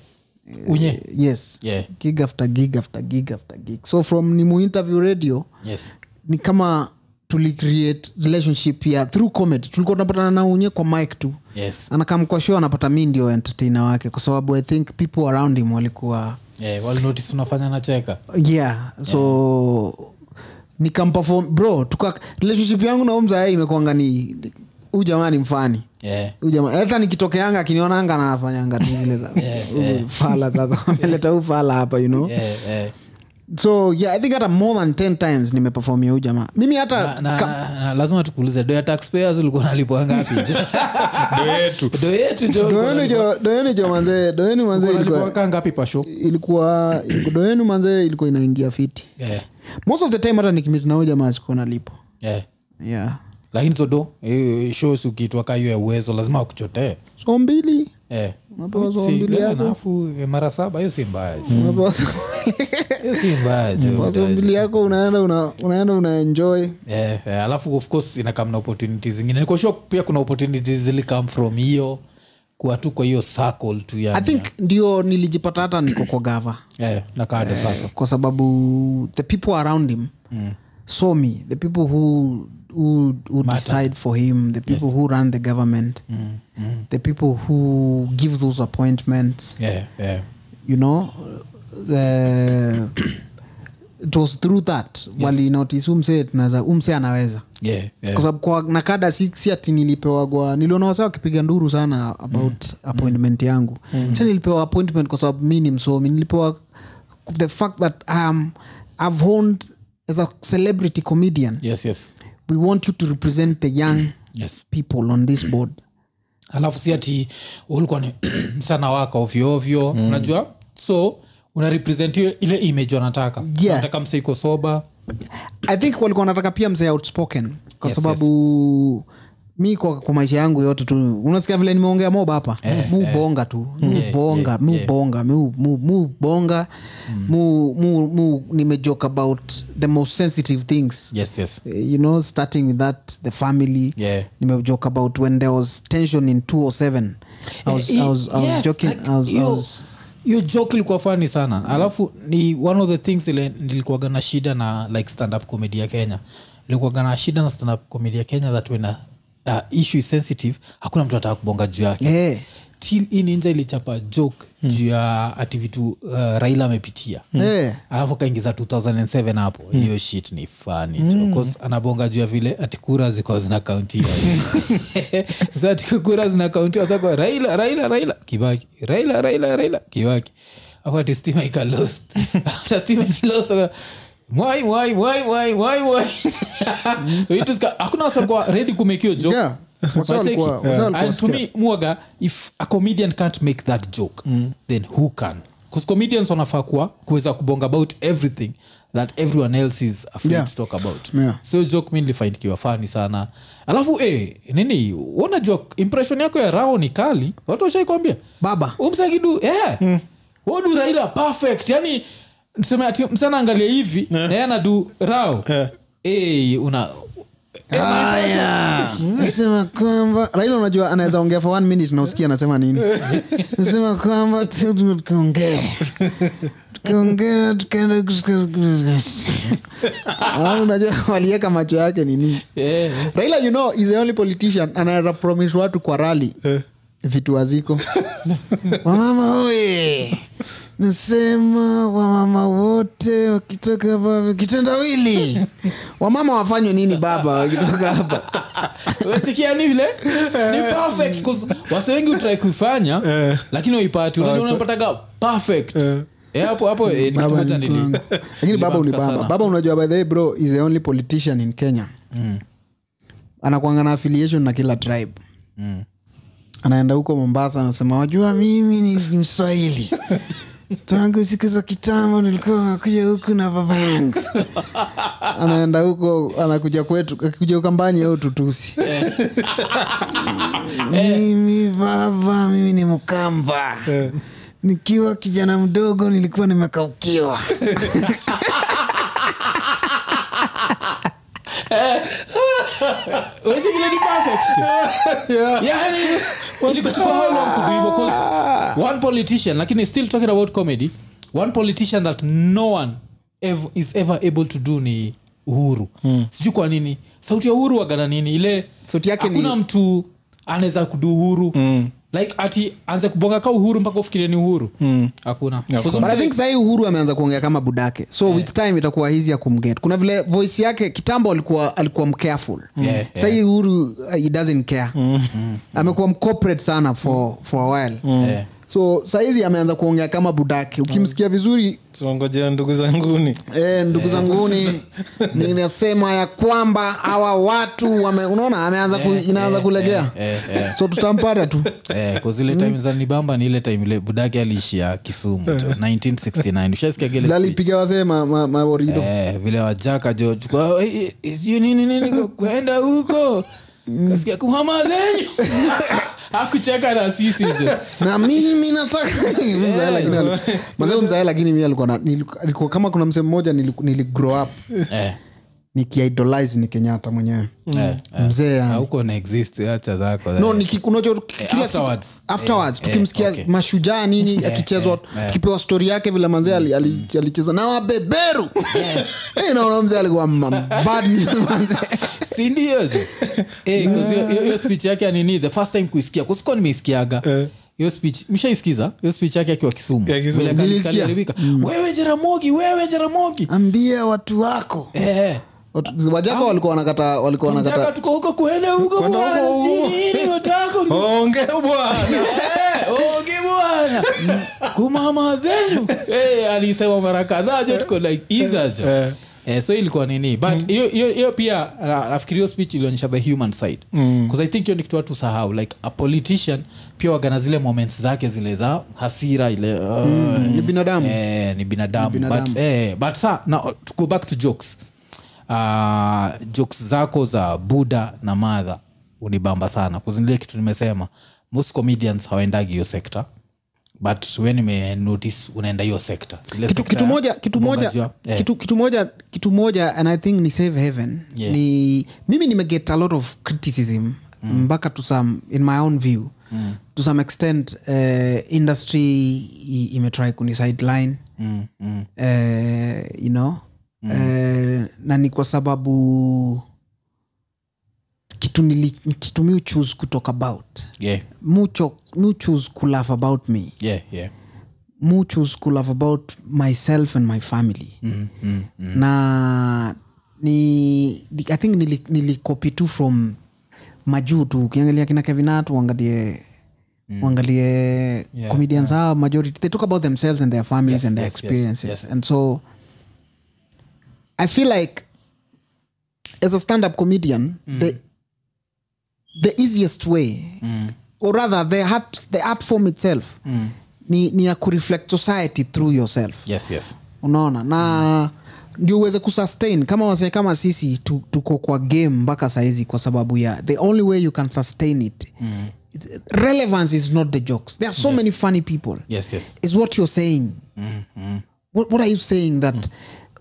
Speaker 2: Unye.
Speaker 1: yes
Speaker 2: Yeah.
Speaker 1: gig after gig after gig after gig so from nimu interview radio
Speaker 2: Yes.
Speaker 1: ni kama tulicreate relationship ya through comedy tulikuwa tunapatana na unye kwa mike tu
Speaker 2: Yes.
Speaker 1: anakam kwa show anapata mi ndio entertainer wake kwa sababu i think people around him walikuwa
Speaker 2: Eh, wali notice unafanya nacheka.
Speaker 1: yeah so nikamperform bro tuka relationship yangu na umzaa imekuanga ni huu jamaa ni mfani
Speaker 2: Eh,
Speaker 1: Huyu jamaa- hata nikitokeanga akinionanga na anafanyanga tu zile za huyu fala sasa wameleta huu fala hapa you know
Speaker 2: eh, eh.
Speaker 1: so yeah i think hata more than 10 times nimepefomia huu jamaa mimi hata
Speaker 2: Na- na-
Speaker 1: ka-
Speaker 2: na- na lazima tukuulize do ya taxpayers ulikuwa nalipwa ngapi
Speaker 5: Ndio yetu
Speaker 2: do yetu jo ulikuwa
Speaker 1: doeni
Speaker 2: unalipwa-
Speaker 1: jo doeni jo manzee doeni manzee ilikuwa
Speaker 6: Unalipwa ngapi pa show?
Speaker 1: ilikuwa doenu manzee ilikuwa inaingia fiti
Speaker 2: Eh,
Speaker 1: most of the time hata nikimiti nao jamaa sikuwa nalipo
Speaker 2: eh.
Speaker 1: yeah
Speaker 2: lakini todo shows ukiitwa kayo ya uwezo lazima wakuchotee
Speaker 1: so mbili
Speaker 2: Eh.
Speaker 1: Unapewa
Speaker 2: Si-
Speaker 1: zao mbili
Speaker 2: leo
Speaker 1: yako.
Speaker 2: na afu, eh, mara saba hiyo si mbaya jo.
Speaker 1: Unapewa so-
Speaker 2: hiyo si mbaya jo.
Speaker 1: so mbili yako unaenda una, unaenda unaenjoy
Speaker 2: Eh, eh, alafu of course inakam na opportunities zingine niko sure pia kuna opportunities zilikam from hiyo kuwa tu kwa hiyo circle tu
Speaker 1: i
Speaker 2: ya
Speaker 1: think ndio nilijipata hata niko kwa gava
Speaker 2: eh, nakaada sasa
Speaker 1: kwa sababu the people around him mm. saw me the people who who, who decide for him the people yes. who run the government mm. Mm. the people who give those appointments
Speaker 2: Eh, eh.
Speaker 1: you know uh, it was through that yes. walinotis umse tunaweza umse anaweza
Speaker 2: Yeah, yeah.
Speaker 1: kwa sababu kwa nakada si, si ati nilipewagwa niliona wasa wakipiga nduru sana about mm. appointment yangu mm. sa nilipewa appointment kwa sababu mi ni msomi nilipewa the fact that um, i've honed as a celebrity comedian
Speaker 2: Yes, yes.
Speaker 1: we want you to represent the young
Speaker 2: Yes.
Speaker 1: people on this board
Speaker 2: alafu si ati ulikuwa ni msana waka ovyoovyo mm. unajua so unarepresent hiyo ile image wanataka
Speaker 1: Yeah.
Speaker 2: nataka mse iko soba
Speaker 1: i think walikuwa wanataka pia mzee outspoken kwa
Speaker 2: Yes,
Speaker 1: sababu mi kwa, kwa maisha yangu yote tu unasikia vile nimeongea mob hapa
Speaker 2: Eh,
Speaker 1: mubonga tu
Speaker 2: Mm.
Speaker 1: mubonga mubonga mubonga
Speaker 2: Mm.
Speaker 1: nimejoke about the most sensitive things
Speaker 2: yes, yes.
Speaker 1: Eh, you know starting with that the family
Speaker 2: Yeah.
Speaker 1: nimejoke about when there was tension in 207 i was, I was, I was
Speaker 2: Eh, Yes,
Speaker 1: joking
Speaker 2: like,
Speaker 1: I was, I
Speaker 2: hiyo-
Speaker 1: was,
Speaker 2: hiyo joke ilikuwa fani sana alafu ni one of the things ile nilikuwaga na shida na like standup comedy ya kenya nilikuwaga na shida na standup comedy ya kenya that when a, a issue is sensitive hakuna mtu anataka kubonga juu yake
Speaker 1: yeah.
Speaker 2: till ininja ilichapa joke
Speaker 1: Hmm.
Speaker 2: juu ya ati vitu uh, raila amepitia
Speaker 1: Yeah.
Speaker 2: alafu akaingiza 2007 hapo
Speaker 1: Hmm.
Speaker 2: hiyo shit ni fani anabonga juu ya vile ati kura ziko zinakauntiwa Sasa ati kura zinakauntiwa sasa kwa raila raila raila kibaki raila raila raila kibaki afu ati stima ika lost after stima ika lost aka- mwai mwai mwai mwai mwai mwai Vitu zika- hakuna wasa kwa ready kumekio joke
Speaker 1: Hmm. Yeah. Wasa
Speaker 2: Wacheki.
Speaker 1: walikuwa- wasa walikuwa
Speaker 2: And to me, mwaga if a comedian can't make that joke mm. then who can bcause comedians wanafaa kuwa kuweza kubonga about everything that everyone else is afraid
Speaker 1: Yeah.
Speaker 2: to talk about
Speaker 1: Yeah.
Speaker 2: so joke mi nilifaindikiwa fani sana alafu eh, nini unajua impression yako ya rao ni kali watu washaikwambia
Speaker 1: baba Mm.
Speaker 2: umsakidu eh. wadu raila perfect yani niseme ati msana angalia hivi
Speaker 1: Eh.
Speaker 2: na yeye anadu rao eh, una eh,
Speaker 1: Aya. nasema kwamba raila unajua anaweza ongea for one minute na usikia anasema nini nasema kwamba tu- tu- tukiongea tukiongea tukaenda Alafu unajua walieka macho yake nini raila you know is the only politician anaweza promise watu kwa rali vitu haziko wamama oye nasema wamama wote wakitoka hapa kitendawili wamama wafanywe nini baba wakitoka hapa
Speaker 2: wetikiani vile ni perfect 'cause wase wengi utrai kuifanya lakini waipati unajua unapataga perfect Eh, hapo hapo eh, ni kitu
Speaker 1: Baba
Speaker 2: moja
Speaker 1: ni
Speaker 2: nili-
Speaker 1: baba. lakini baba
Speaker 2: nilibanduka
Speaker 1: unibamba
Speaker 2: sana.
Speaker 1: baba unajua by the way bro is the only politician in kenya anakwanga na affiliation na kila tribe Mm. anaenda huko mombasa anasema wajua mimi ni mswahili tangu siku za kitambo nilikuwa nakuja huku na baba yangu anaenda huko anakuja kwetu akikuja ukambani au tutusi mimi baba mimi ni mkamba nikiwa kijana mdogo nilikuwa nimekaukiwa
Speaker 2: Wezi kile ni perfect. Yaani, ilikuchukua how long to do hivyo? 'Cause one politician lakini still talking about comedy one politician that no one ev- is ever able to do ni uhuru sijui kwa nini sauti ya uhuru wagana nini ile
Speaker 1: Hmm. Sauti yake ni- Hmm.
Speaker 2: hakuna mtu anaweza kudu uhuru mm. like ati anze kubonga ka uhuru mpaka ufikirie ni uhuru mm. hakuna Kwa sababu
Speaker 1: Hmm. but i
Speaker 2: mzee-
Speaker 1: think sahii uhuru ameanza kuongea kama budake so yeah. with time itakuwa hizi ya kumget kuna vile voice yake kitambo alikuwa alikuwa mcareful
Speaker 2: Mm. Yeah, Mm.
Speaker 1: sahii uhuru uh, he doesn't care amekuwa mcorporate sana for, for a while
Speaker 2: Yeah.
Speaker 1: so sahizi ameanza kuongea kama budake
Speaker 2: Mm.
Speaker 1: ukimsikia vizuri
Speaker 5: tunangojea ndugu zanguni
Speaker 1: eh, ndugu zanguni ninasema ya kwamba hawa watu wame, unaona ameanza ku, inaanza kulegea so tutampata tu
Speaker 2: Eh, 'cause
Speaker 1: Hmm.
Speaker 2: ile time zanibamba ni ile time ile budake aliishia kisumu tu
Speaker 1: Eh.
Speaker 2: 1969 ushasikia gele speech?
Speaker 1: lalipiga wasee ma- ma- maorido
Speaker 2: eh, vile wajaka eh, jojuninini kwenda huko kasikia kuhama zenyu akucheka na sisi jo
Speaker 1: na mimi nataka mzae lakini ali- mazee mzae lakini mi alikuwa na- niliku- alikuwa kama kuna msee mmoja niliku- niligrow up
Speaker 2: Eh,
Speaker 1: nikiidolize ni kenyatta mwenyewe
Speaker 2: eh, eh.
Speaker 1: mzee
Speaker 2: Na
Speaker 1: yani.
Speaker 2: huko na exist acha zako
Speaker 1: no nikikunacho
Speaker 2: Eh, afterwards.
Speaker 1: afterwards
Speaker 2: Eh, eh,
Speaker 1: tukimsikia
Speaker 2: okay. Eh,
Speaker 1: mashujaa nini akichezwa tukipewa stori yake vile manzee
Speaker 2: Mm.
Speaker 1: ali- ali- alicheza na wabeberu Eh, naona mzee alikuwa ma- bad manzee.
Speaker 2: sindio zo Eh, 'cause hiyo- hiyo- hiyo speech yake anini the first time kuisikia kusikuwa nimeisikiaga hiyo speech mshaisikiza hiyo speech yake akiwa kisumu
Speaker 5: Ya Kisumu.
Speaker 2: Vile kali-
Speaker 1: Nilisikia.
Speaker 2: kaliharibika. wewe jeramogi wewe jeramogi
Speaker 1: ambia watu wako
Speaker 2: Eh.
Speaker 1: Watu- wajaka walikuwa wanakata walikuwa
Speaker 2: Tunataka
Speaker 1: wanakata
Speaker 2: tuko huko kwenda huko bwana,
Speaker 5: huko,
Speaker 2: sijui
Speaker 5: huko.
Speaker 2: nini, wataka ni-
Speaker 5: onge bwana
Speaker 2: Eh, onge bwana kumama zenyu Eh, alisema mara kadhaa jo tuko like either jo Eh, so ilikuwa nini but hiyo hiyo- hiyo pia na- nafikiri hiyo speech ilionyesha the human side because i think hiyo ni kitu watu sahau like a politician pia wagana zile moments zake zile za hasira ile uh,
Speaker 1: ni binadamu
Speaker 2: eh, ni binadamu, But, eh, but sa now, to go back to jokes uh, jokes zako za buda na madha unibamba sana kuzinile kitu nimesema most comedians hawaendagi hiyo sekta but we nimenotice unaenda hiyo sekta Ile
Speaker 1: kitu,
Speaker 2: sekta
Speaker 1: kitu
Speaker 2: ya
Speaker 1: moja kitu
Speaker 2: bonga
Speaker 1: moja
Speaker 2: jua. Eh,
Speaker 1: kitu, kitu moja kitu moja and i think ni save heaven
Speaker 2: Yeah.
Speaker 1: ni mimi nimeget a lot of criticism
Speaker 2: Mm.
Speaker 1: mpaka to some in my own view mm. to some extent uh, industry i- imetry kuni sideline
Speaker 2: mm, mm,
Speaker 1: uh, you know mm. uh, na ni kwa sababu kitu nili, kitu mi choose ku talk about
Speaker 2: yeah,
Speaker 1: mucho mu choose ku laugh about me
Speaker 2: yeah, yeah.
Speaker 1: mu choose ku love about myself and my family
Speaker 2: Mm, mm, mm.
Speaker 1: na ni ni- i think nili- nilikopi tu from majuu tu ukiangalia kina kevinat uangalie
Speaker 2: Mm.
Speaker 1: uangalie comedians hao majority they talk about themselves and their families and their
Speaker 2: yes, yes,
Speaker 1: experiences and so i feel like as a stand-up comedian
Speaker 2: Mm.
Speaker 1: the, the easiest way
Speaker 2: Mm.
Speaker 1: or rather the art, the art form itself ni, ni ya kureflect society through yourself
Speaker 2: yes yes
Speaker 1: unaona na ndio uweze kusustain kama wasee kama sisi tu, tuko kwa game mpaka saizi kwa sababu ya the only way you can sustain it mm. relevance is not the jokes there are so yes. many funny people
Speaker 2: yes yes
Speaker 1: is what you're saying mm, mm. What, what are you saying that mm.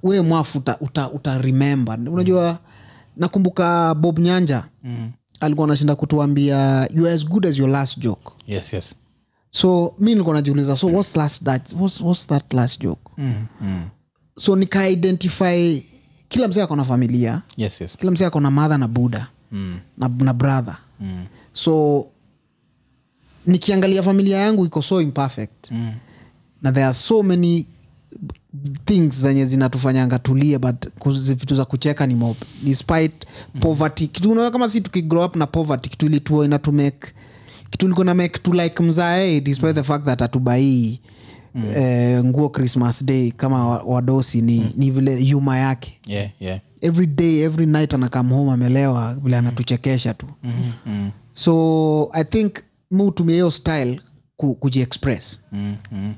Speaker 1: wewe mwafu uta, uta, uta remember unajua mm. nakumbuka bob nyanja mm. alikuwa anashinda kutuambia you are as good as your last joke
Speaker 2: yes yes
Speaker 1: so mi nilikuwa najiuliza so what's, last that, what's, what's that last joke
Speaker 2: mm, mm.
Speaker 1: so nikaidentify kila msee akona familia
Speaker 2: yes yes
Speaker 1: kila msee akona madha na buda
Speaker 2: mm,
Speaker 1: na, na brother
Speaker 2: mm,
Speaker 1: so nikiangalia familia yangu iko so imperfect
Speaker 2: mm.
Speaker 1: na there are so many things zenye zinatufanyanga tulie but kuzi- vitu za kucheka ni mob despite
Speaker 2: Mm.
Speaker 1: poverty kitu unaona kama si tukigrow up na poverty kitu ilituo inatumake kitu ilikuwa na make to like mzae despite the fact that hatubai mm. eh, nguo christmas day kama wa- wadosi ni, mm. ni vile yuma yake
Speaker 2: yeah yeah
Speaker 1: every day every night anakam home amelewa vile anatuchekesha tu
Speaker 2: mm, mm,
Speaker 1: so i think mi hutumia hiyo style ku, kujiexpress
Speaker 2: mm, mm.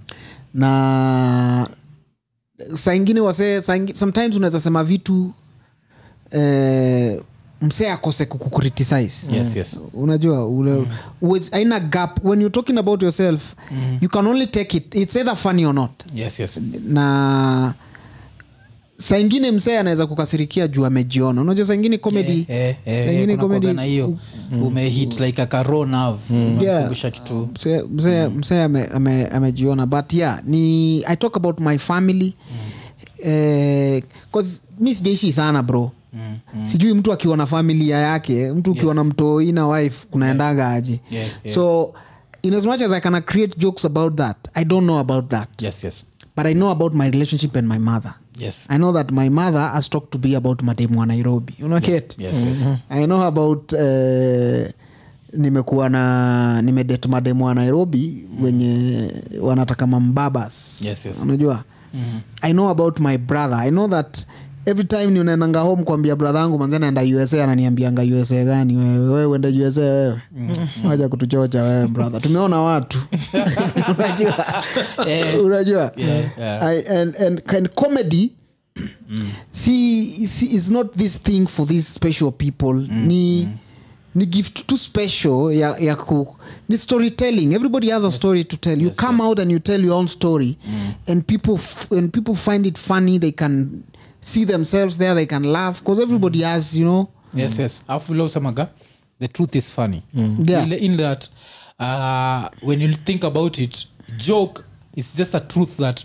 Speaker 1: na saa ingine wasee saa ingi- sometimes unaweza sema vitu eh, msee akose kukukritisize
Speaker 2: yes yes Mm-hmm.
Speaker 1: unajua ule, uwezi- haina gap when you're talking about yourself you can only take it it's either funny or not
Speaker 2: yes yes
Speaker 1: na saa ingine msee anaweza kukasirikia juu amejiona unajua saa ingine comedy
Speaker 2: Eh, eh,
Speaker 1: saa
Speaker 2: eh,
Speaker 1: ingine
Speaker 2: kuna kuwaga na
Speaker 1: comedy Mm.
Speaker 2: hiyo umehit like a caro nerve unakumbusha kitu
Speaker 1: msee msee-
Speaker 2: Mm.
Speaker 1: msee ame- ame- amejiona but yeah ni i talk about my family
Speaker 2: Mm.
Speaker 1: eh, 'cause mi sijaishi sana bro
Speaker 2: Mm,
Speaker 1: sijui mtu akiwa na familia yake mtu ukiwa na mtoi na wife kunaendaga aje
Speaker 2: Yeah, yeah.
Speaker 1: so in as much as i can create jokes about that i don't know about that
Speaker 2: yes yes
Speaker 1: but i know about my relationship and my mother
Speaker 2: yes
Speaker 1: i know that my mother has talked to be about mademu wa nairobi unaket
Speaker 2: yes yes
Speaker 1: Mm-hmm. i know about uh, nimekuwa na nimedet mademu wa nairobi wenye wanataka mambabas
Speaker 2: Yes, yes.
Speaker 1: unajua mm-hmm. i know about my brother i know that every time ninaenanga home kuambia brother yangu manze naenda usa ananiambianga usa gani wewe wewe uende usa wewe mm-hmm. waja kutuchocha wewe brother tumeona watu unajua
Speaker 2: Eh.
Speaker 1: unajua
Speaker 2: yeah. Mm.
Speaker 1: I, and, and, and comedy si, si is not this thing for these special people
Speaker 2: Mm.
Speaker 1: ni ni gift too special ya, ya ku ni storytelling everybody has a story to tell you come out and you tell your own story
Speaker 2: Mm.
Speaker 1: and people f- and people find it funny they can see themselves there they can laugh because
Speaker 2: Mm.
Speaker 1: everybody has you know
Speaker 2: yes yes alafu vile usemaga the truth is funny
Speaker 1: Yeah.
Speaker 2: in, in that uh, when you think about it joke is just a truth that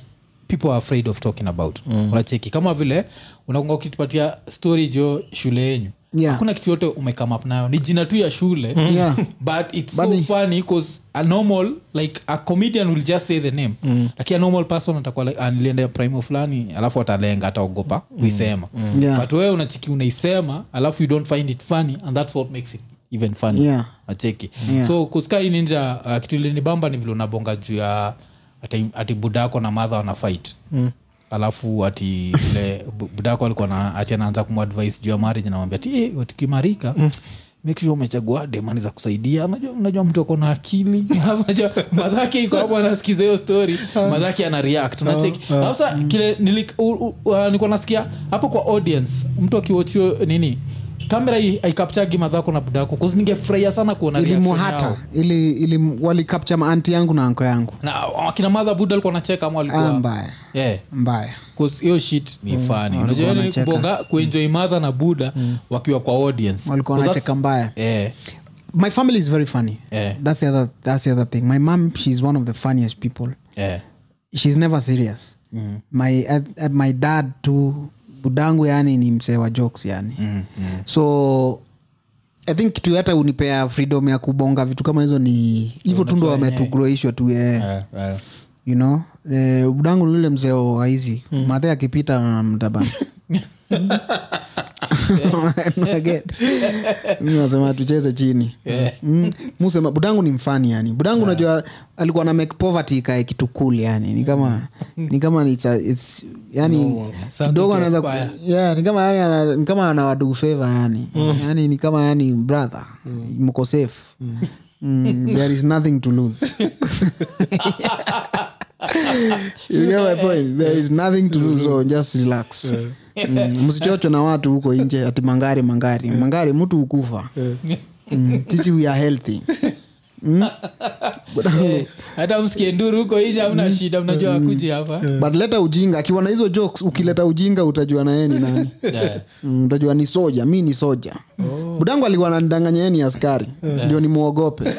Speaker 2: people are afraid of talking about mm. unacheki kama vile unakunga ukitupatia story jo shule yenyu
Speaker 1: Yeah.
Speaker 2: hakuna kitu yote umekame up nayo ni jina tu ya shule
Speaker 1: Yeah.
Speaker 2: but it's
Speaker 1: But
Speaker 2: so
Speaker 1: ni-
Speaker 2: funny because a normal like a comedian will just say the name mm. lakini a normal person atakuwa like, "Ah, nilienda primo fulani alafu atalenga ataogopa kuisema mm.
Speaker 1: Yeah.
Speaker 2: but wewe unachiki unaisema alafu you don't find it funny and that's what makes it even funny
Speaker 1: Yeah.
Speaker 2: acheki
Speaker 1: Yeah.
Speaker 2: so kusikaa hii ninja uh, kitu ilinibamba ni vile unabonga juu ya ati, ati budako na madha wana fight mm alafu ati ile bu- budako alikuwa na ati anaanza kumadvise juu ya marriage namwambia ti tukimarika mm make sure umechagua demani za kusaidia unajua, unajua mtu ako na akili Unajua, madhake iko hapo anasikiza hiyo story madhake ana react unacheki sasa kile nili- u- u- uh, nilikuwa nasikia hapo kwa audience mtu akiwachio nini kamera aikapchagi madhako na budako kuzi ningefurahia sana kuona reaction
Speaker 1: ilimuhata
Speaker 2: yao.
Speaker 1: ili, ili walicapture maanti yangu na anko yangu
Speaker 2: na wakina madha buda alikuwa nacheka ama
Speaker 1: ah,
Speaker 2: walikuwa
Speaker 1: mbaya Mm,
Speaker 2: yeah 'Cause hiyo shit ni fani
Speaker 1: walikuwa
Speaker 2: unajua yani
Speaker 1: wanacheka. Mm.
Speaker 2: kubonga kuenjoy madha na buda wakiwa kwa audience
Speaker 1: Walikuwa
Speaker 2: 'Cause
Speaker 1: wanacheka
Speaker 2: that's-
Speaker 1: mbaya.
Speaker 2: eh
Speaker 1: my family is very funny
Speaker 2: Yeah.
Speaker 1: that's the other that's the other thing my mom she's one of the funniest people
Speaker 2: eh
Speaker 1: she's never serious mm. my uh, my dad too budangu yani ni msee wa jokes yani mm, mm. so i think kitu hata unipea freedom ya kubonga vitu kama hizo ni hivyo tu ndo wametugroishwa tu yeah.
Speaker 2: eh, eh.
Speaker 1: you know eh, budangu ni yule mzee wa hizi
Speaker 2: Hmm.
Speaker 1: mm. madhe akipita namtabana nasema tucheze chini mm. musema budangu ni mfani yani budangu unajua alikuwa na make poverty ikae kitu cool yani ni kama ni kama it's a, it's, yani
Speaker 2: Something
Speaker 1: kidogo
Speaker 2: to
Speaker 1: anaweza ku-
Speaker 2: aspire. Mm.
Speaker 1: yeah, ni kama yani ana- ni kama ana wadu favor yani yani ni kama yani brother mko safe Mm, there is nothing to lose you get my point there is nothing to do so just relax mm, msichocho na watu huko nje ati mangari mangari mangari mtu hukufa
Speaker 2: Eh.
Speaker 1: mm, sisi we are healthy mm? But-
Speaker 2: hata msikie nduru huko ije amna
Speaker 1: Mm.
Speaker 2: shida mnajua akuji hapa
Speaker 1: but leta ujinga akiwa na hizo jokes ukileta ujinga utajua na yeye ni nani Mm, utajua ni soja mi ni soja budangu alikuwa nanidanganya yeye ni askari ndio nimwogope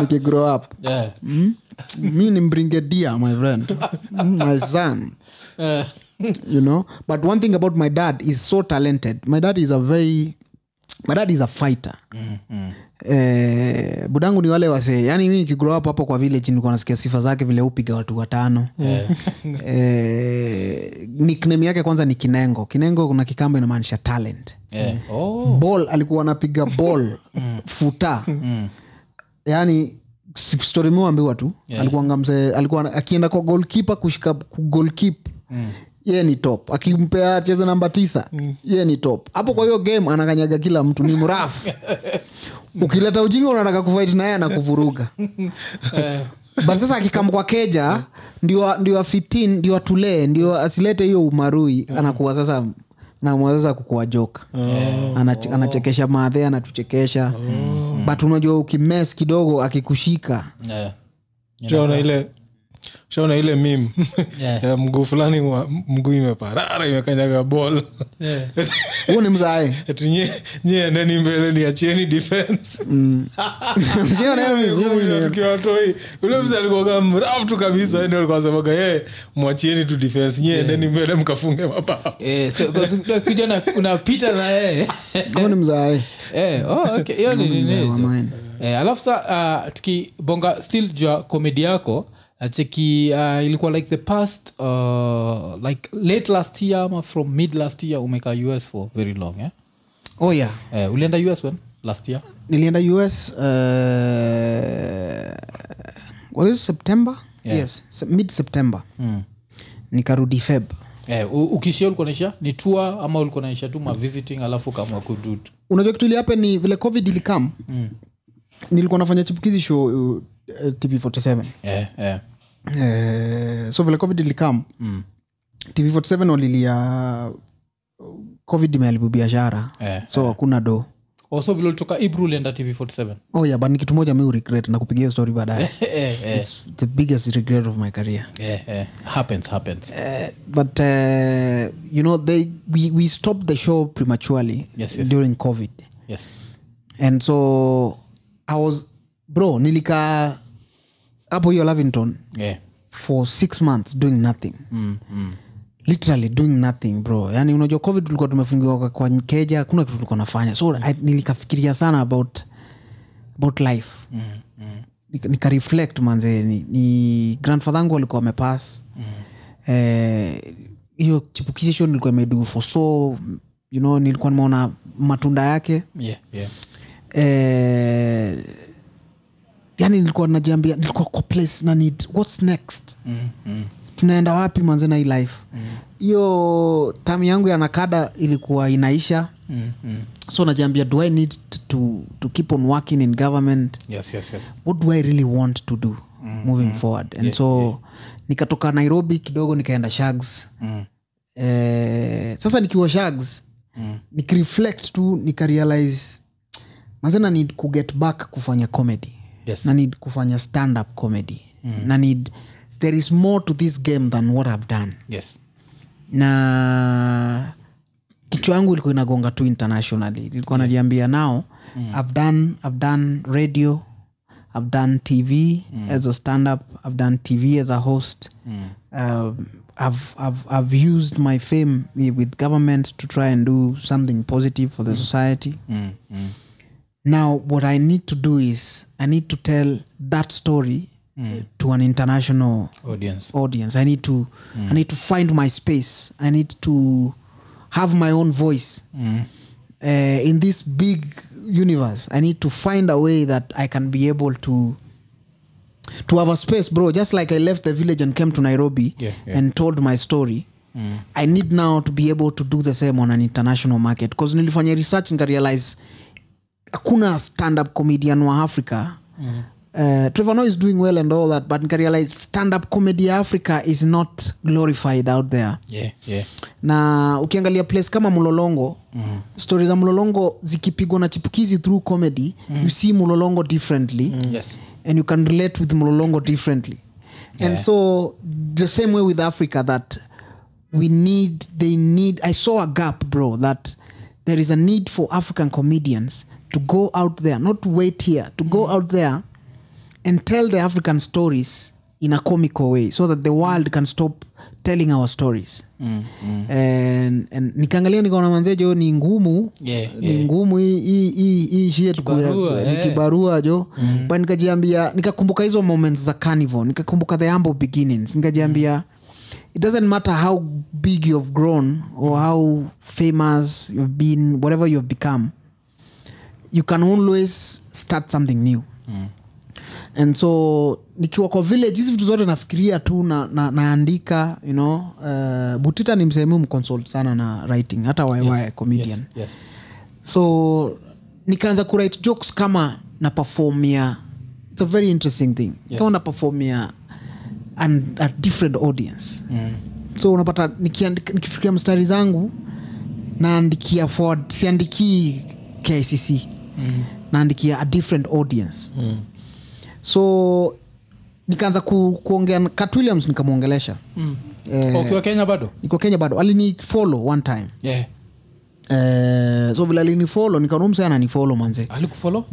Speaker 1: nikigrow up
Speaker 2: Yeah.
Speaker 1: Mm? mi ni mbrigedia my friend Mm, my son
Speaker 2: Eh.
Speaker 1: you know but one thing about my dad is so talented my dad is a very my dad is a fighter Eh, budangu ni wale wasee yani mi nikigrow up hapo kwa village nilikuwa nasikia sifa zake vile upiga watu watano eh, nickname yake kwanza ni kinengo kinengo kuna kikambo inamaanisha talent
Speaker 2: Yeah.
Speaker 1: Mm.
Speaker 2: Oh.
Speaker 1: ball alikuwa anapiga ball futa Yaani, yani stori miwambiwa tu alikuanga mzee alikuwa akienda kwa golkipa kushika golkip ye ni top akimpea cheze namba tisa ye ni top hapo kwa hiyo game anakanyaga kila mtu ni mrafu ukileta ujinga unataka kufight naye anakuvuruga but sasa akikam kwa keja ndio ndio afitin ndio atulee ndio asilete hiyo umarui anakuwa sasa anaamua sasa kukuwa joka Anach- anachekesha maadhe anatuchekesha but unajua ukimes kidogo akikushika
Speaker 2: Yeah.
Speaker 5: shaona ile shaona ile mim
Speaker 2: Yeah.
Speaker 5: ya mguu fulani wa- mguu imeparara imekanyaga bol
Speaker 2: Yeah.
Speaker 1: huo ni mzae
Speaker 5: nyie endeni mbele niachieni defense Yaani
Speaker 1: Unaona hiyo miguu ile.
Speaker 5: kiwatoi ule msa alikuwaga mrafu tu kabisa yani alikuwa anasemaga yeye mwachieni tu defense nyie endeni mbele mkafunge mabao
Speaker 2: Eh, so, kwa sababu ukija na- unapita na yeye
Speaker 1: Huo ni mzae
Speaker 2: Eh, oh, okay. hiyo ni nini
Speaker 1: wa
Speaker 2: hizo?
Speaker 1: mine.
Speaker 2: Eh, alafu sa uh, tukibonga still jua komedi yako acheki uh, ilikuwa like the past uh, like late last year ama from mid last year umeka us for very long eh?
Speaker 1: oh yeah
Speaker 2: Eh, ulienda us when last year
Speaker 1: nilienda us uh, what is september yes se- mid september nikarudi feb
Speaker 2: eh, u- ukishia ulikuwa naisha ni tour ama ulikuwa naisha tu mavisiting alafu kama kududu
Speaker 1: unajua kitu iliape ni vile covid ilikam mm. nilikuwa nafanya chipukizi show uh, tv 47
Speaker 2: eh, eh.
Speaker 1: Eh, so vile covid ilikam
Speaker 2: Mm.
Speaker 1: tv47 walilia uh, covid imeharibu biashara
Speaker 2: Eh,
Speaker 1: so hakuna do
Speaker 2: also vile ulitoka ibru ulienda tv 47
Speaker 1: oh yeah, but ni kitu moja mi regret na kupigia hiyo story baadaye
Speaker 2: eh, eh,
Speaker 1: It's the biggest regret of my career
Speaker 2: eh, eh. happens happens
Speaker 1: Eh, but uh, you know they, we, we stopped the show prematurely
Speaker 2: Yes, yes.
Speaker 1: during covid
Speaker 2: yes
Speaker 1: and so i was bro nilikaa hapo hiyo lavington
Speaker 2: eh.
Speaker 1: for six months doing nothing mm, mm. literally doing nothing bro yani unajua covid tulikuwa tumefungiwa kwa- kwa keja hakuna kitu tulikuwa nafanya so I, nilikafikiria sana about about life mm, mm. nikareflect manze ni, ni grandfather angu alikuwa amepass mm. eh, hiyo chipukizisho nilikuwa imedu for so you know nilikuwa nimeona matunda yake
Speaker 2: yeah, yeah.
Speaker 1: eh, yani nilikuwa najiambia nilikuwa kwa place na need whats next mm, mm. tunaenda wapi manze na hii life hiyo mm. tam yangu ya nakada ilikuwa inaisha mm, mm. so najiambia do i need to, to keep on working in government
Speaker 2: yes yes yes
Speaker 1: what do i really want to do mm, moving mm. forward and yeah, so yeah. nikatoka nairobi kidogo nikaenda shags mm. eh, sasa nikiwa shags mm. nikireflect tu nikarealize mazana need kuget back kufanya comedy
Speaker 2: Yes.
Speaker 1: na need kufanya stand up comedy mm. na need there is more to this game than what i've done
Speaker 2: yes
Speaker 1: na kichwa yangu ilikuwa inagonga tu internationally ilikuwa najiambia nao mm. i've done i've done radio i've done tv mm. as a stand up i've done tv as a host mm. um, I've, I've, I've used my fame with government to try and do something positive for the society now what i need to do is i need to tell that story uh, to an international
Speaker 2: audience
Speaker 1: audience i need to i need to find my space i need to have my own voice uh, in this big universe i need to find a way that i can be able to to have a space bro just like i left the village and came to nairobi
Speaker 2: Yeah, yeah. Mm.
Speaker 1: and told my story i need now to be able to do the same on an international market because nilifanya research nikarealize hakuna stand-up comedian wa africa mm. uh, trevor Noah is doing well and all that but nikarealize stand up comedy ya africa is not glorified out there
Speaker 6: yeah, yeah.
Speaker 1: na ukiangalia place kama mlolongo mm. stori za mlolongo zikipigwa na chipukizi through comedy mm. you see mlolongo differently
Speaker 2: Mhm.
Speaker 1: mm.
Speaker 6: Yes.
Speaker 1: and you can relate with mlolongo differently and so the same way with africa that we need they need i saw a gap bro that there is a need for african comedians to go out there not wait here to
Speaker 6: Mm.
Speaker 1: go out there and tell the african stories in a comical way so that the world can stop telling our stories
Speaker 6: Mm,
Speaker 1: and, and nikaangalia nikaona manzejo ni ngumu
Speaker 6: Yeah,
Speaker 1: ni ngumu hii- hii- hii hii shit kuya-
Speaker 6: Kibarua,
Speaker 1: ni kibarua eh. jo mm. but nikajiambia nikakumbuka hizo moments za carnival nikakumbuka the humble beginnings nikajiambia it doesn't matter how big you've grown or how famous you've been whatever you've become you can always start something new mm. and so nikiwa kwa village hizi vitu zote nafikiria tu na, na, naandika you know uh, butita ni msehemu mconsult sana na writing hata waywaye yes, comedian yes
Speaker 6: yes.
Speaker 1: so nikaanza kurite jokes kama na performia its a very interesting thing yes. kama na performia and a different audience mm. so unapata nikiandika- nikifikiria mstari zangu naandikia forward siandikii kicc mm. naandikia a different audience mm. so nikaanza ku, kuongea na- cat williams nikamwongelesha mm. eh,
Speaker 6: Oh, ukiwa kenya bado
Speaker 1: niko kenya bado alinifollow one time
Speaker 6: yeah.
Speaker 1: Eh, so vile alinifolo nikaonumse ananifolo manze
Speaker 6: alikufolo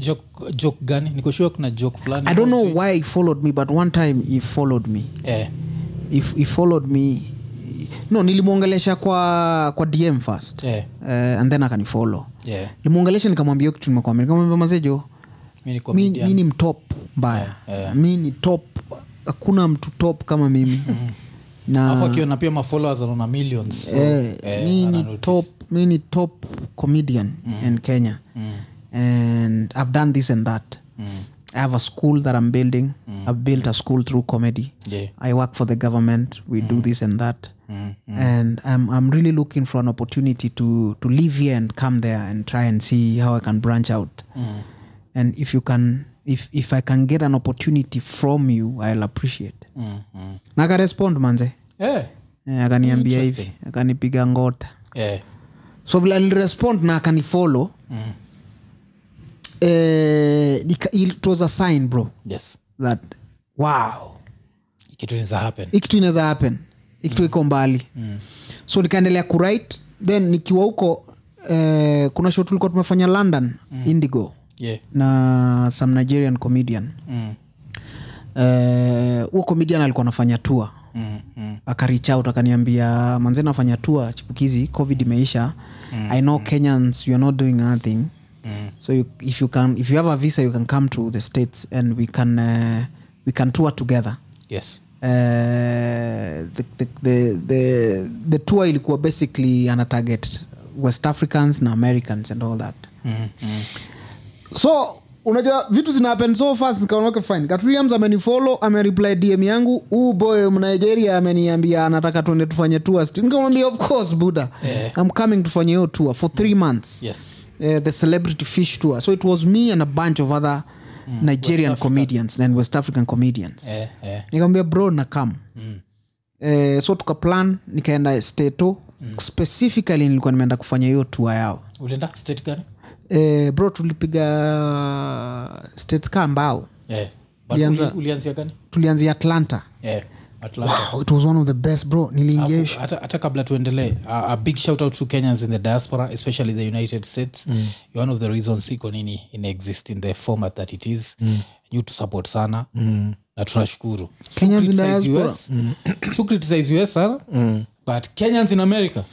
Speaker 6: jok gani nikoshua kuna jok fulani
Speaker 1: i don't know why he followed me but one time he followed me
Speaker 6: yeah.
Speaker 1: he, he followed me no nilimwongelesha kwa kwa dm first
Speaker 6: Yeah.
Speaker 1: Eh, and then akanifolo
Speaker 6: Yeah.
Speaker 1: limwongelesha nikamwambia hiyo kitu nimekwambia nikamwambia mazejo
Speaker 6: mi niko
Speaker 1: mi, mi ni mtop mbaya mi ni top hakuna mtu top kama mimi na
Speaker 6: afu akiona pia mafollowers anaona millions so,
Speaker 1: Eh,
Speaker 6: eh,
Speaker 1: mi
Speaker 6: ana
Speaker 1: ni
Speaker 6: notice.
Speaker 1: top mi ni top comedian
Speaker 6: Mm.
Speaker 1: in kenya and i've done this and that
Speaker 6: Mm.
Speaker 1: i have a school that i'm building i've built a school through comedy
Speaker 6: Yeah. Mm.
Speaker 1: i work for the government we do this and that and I'm, i'm really looking for an opportunity to to live here and come there and try and see how i can branch out
Speaker 6: Mm.
Speaker 1: and if you can if if i can get an opportunity from you i'll appreciate
Speaker 6: Mm,
Speaker 1: na akarespond manze
Speaker 6: Eh,
Speaker 1: Eh, akaniambia hivi akanipiga ngota
Speaker 6: eh,
Speaker 1: so vile alirespond na akanifolo mm. eh, nika- it was a sign bro
Speaker 6: yes
Speaker 1: that wow
Speaker 6: kitu inaweza happen
Speaker 1: hii kitu inaweza happen hii kitu iko mbali so nikaendelea kuwrite then nikiwa huko eh, kuna show tulikuwa tumefanya london indigo
Speaker 6: yeah.
Speaker 1: na some nigerian comedian
Speaker 6: mm.
Speaker 1: Eh, huo comedian alikuwa anafanya tour mm, mm. akarich out akaniambia manze nafanya tour chipukizi covid imeisha mm, i know mm. kenyans youare not doing anything mm. so you, if, you can, if you have a visa you can come to the states and we can, uh, we can tour together
Speaker 6: yes
Speaker 1: Uh, the, the, the, the, the tour ilikuwa basically ana target west africans na americans and all that so unajua vitu zinahappen so fast nikaona okay fine kat williams amenifollow amereply dm yangu huu boy mnigeria ameniambia anataka tuende tufanye tour sti- nikamwambia of course buda yeah. i'm coming tufanye hiyo tour for three months
Speaker 6: yes
Speaker 1: uh, the celebrity fish tour so it was me and a bunch of other nigerian comedians and west african comedians
Speaker 6: eh, eh.
Speaker 1: nikamwambia bro na kam mm. eh, so tukaplan nikaenda stato mm. specifically nilikuwa nimeenda kufanya hiyo tua yao
Speaker 6: ulienda state gani
Speaker 1: eh, bro tulipiga states ka mbao
Speaker 6: eh. But
Speaker 1: Ulianza-
Speaker 6: uli- ulianzia gani
Speaker 1: tulianzia atlanta
Speaker 6: eh. Atlanta.
Speaker 1: wow, it was one of the best bro niliingia
Speaker 6: Alafu, hata hata kabla tuendelee a, a big shout out to kenyans in the diaspora especially the united states mm. one of the reasons iko nini inexist in the format that it is mm. you to support sana mm. na tunashukuru So
Speaker 1: Kenyans in
Speaker 6: criticize
Speaker 1: diaspora. Mm.
Speaker 6: US, so criticize us sana but kenyans in america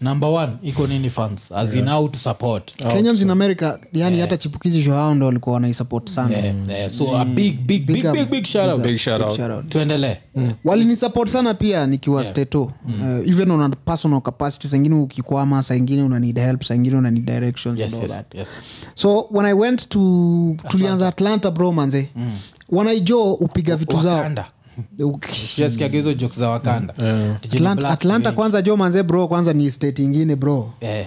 Speaker 6: number one iko nini fans as in how to support
Speaker 1: kenyans in america yani hata chipukizi sho hao ndo walikuwa wanaisupport sana
Speaker 6: Eh, eh, so a big big big
Speaker 1: Mm. up, Mm.
Speaker 6: big, big shout out
Speaker 5: big shout out
Speaker 1: Shout out.
Speaker 6: tuendelee
Speaker 1: walinisupport sana pia nikiwa yeah. stato mm. uh, even on a personal capacity saingine ukikwama saingine una need help saingine una need directions
Speaker 6: yes,
Speaker 1: and all
Speaker 6: yes,
Speaker 1: that
Speaker 6: yes.
Speaker 1: so when i went to tulianza atlanta bro manze mm. wanaijo upiga vitu zao
Speaker 6: wakanda
Speaker 1: Uki-
Speaker 6: tuasikiaga hizo jok za wakanda Tijeni
Speaker 1: Mm. Atlant-
Speaker 6: Blacks
Speaker 1: atlanta
Speaker 6: wengi.
Speaker 1: kwanza jo manze bro kwanza ni state ingine bro
Speaker 6: Eh.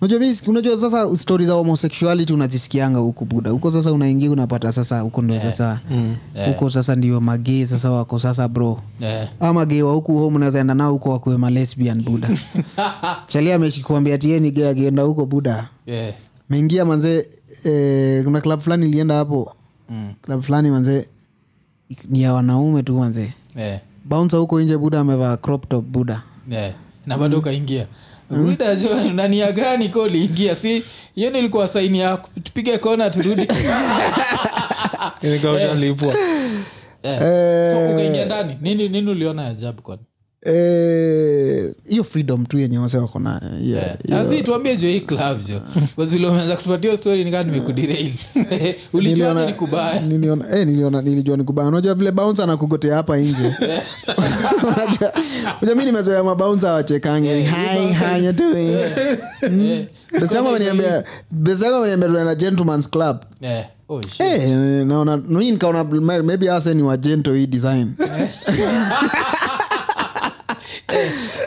Speaker 1: unajua mi siki- unajua sasa stori za homosexuality unazisikianga huku buda huko sasa unaingia unapata sasa huko ndo sasa huko sasa ndio magee sasa wako sasa bro
Speaker 2: Eh.
Speaker 1: ama gei wa huku home unazaenda nao huko wakuwe malesbian buda chalia ameshikuambia tieni gei akienda huko buda
Speaker 2: Yeah.
Speaker 1: meingia manze eh, kuna club fulani ilienda hapo mm. club fulani manze ni ya wanaume tu manze
Speaker 2: Yeah.
Speaker 1: bounsa huko nje buda amevaa crop top buda
Speaker 2: Yeah. eh. na bado ukaingia
Speaker 1: Hmm.
Speaker 2: Buda, jo, ndani ya gani ko uliingia si hiyo nilikuwa saini ya tupige kona turudi
Speaker 5: Nilikuwa ushalipwa.
Speaker 2: Eh. so ukaingia ndani nini, nini uliona ya ajabu kwani
Speaker 1: Eh, hiyo freedom tu yenye wase wako nayo hiyo- hiyo-
Speaker 2: asi Eh, tuambie jo hii club jo Kwa vile umeanza kutupatia story nikaa
Speaker 1: Eh.
Speaker 2: nimekudirail Eh, ulijuaje ni kubaya
Speaker 1: niliona eh, niliona nilijua ni kubaya unajua vile bounce anakugotea hapa nje Unajua- unajua mi nimezoea mabounce awachekange ni, hi how you doing
Speaker 2: Eh,
Speaker 1: besi Hmm. yangu ameniambia besi yangu ameniambia tunaenda gentleman's club
Speaker 2: eh, oh, shit.
Speaker 1: Eh, naona mi nikaona ma- maybe ase ni wagento hii design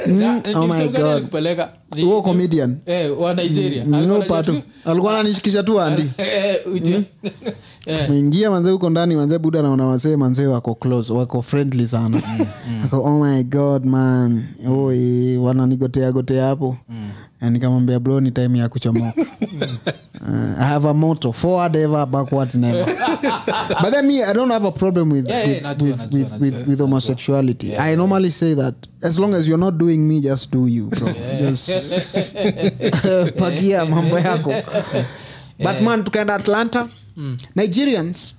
Speaker 2: Na-
Speaker 1: oh my
Speaker 2: ni msemo gani
Speaker 1: God.
Speaker 2: alikupeleka? Ni-
Speaker 1: huo comedian
Speaker 2: eh, wa nigeria Alikuwa
Speaker 1: no
Speaker 2: anajua
Speaker 1: patu
Speaker 2: tu-
Speaker 1: alikuwa ananishikisha tu andi
Speaker 2: Eh,
Speaker 1: Hmm.
Speaker 2: uje. Eh,
Speaker 1: mwingia manzee huko ndani manzee buda naona wasee manzee wako close wako friendly sana
Speaker 2: Mm,
Speaker 1: Ako, oh my god man oi wananigotea gotea hapo
Speaker 2: Mm.
Speaker 1: Na nikamwambia bro ni time ya kuchomoka Uh, i have a motto forward ever backwards never but then me i don't have a problem with
Speaker 2: Yeah, yeah,
Speaker 1: with,
Speaker 2: najua,
Speaker 1: with,
Speaker 2: najua,
Speaker 1: with, with, with homosexuality i normally say that as long as you're not doing me just do you bro just pagia mambo yako but man tukaenda atlanta
Speaker 2: Mm.
Speaker 1: nigerians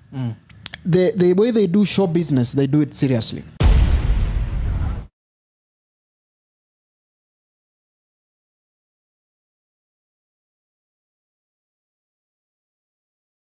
Speaker 1: the, the way they do show business they do it seriously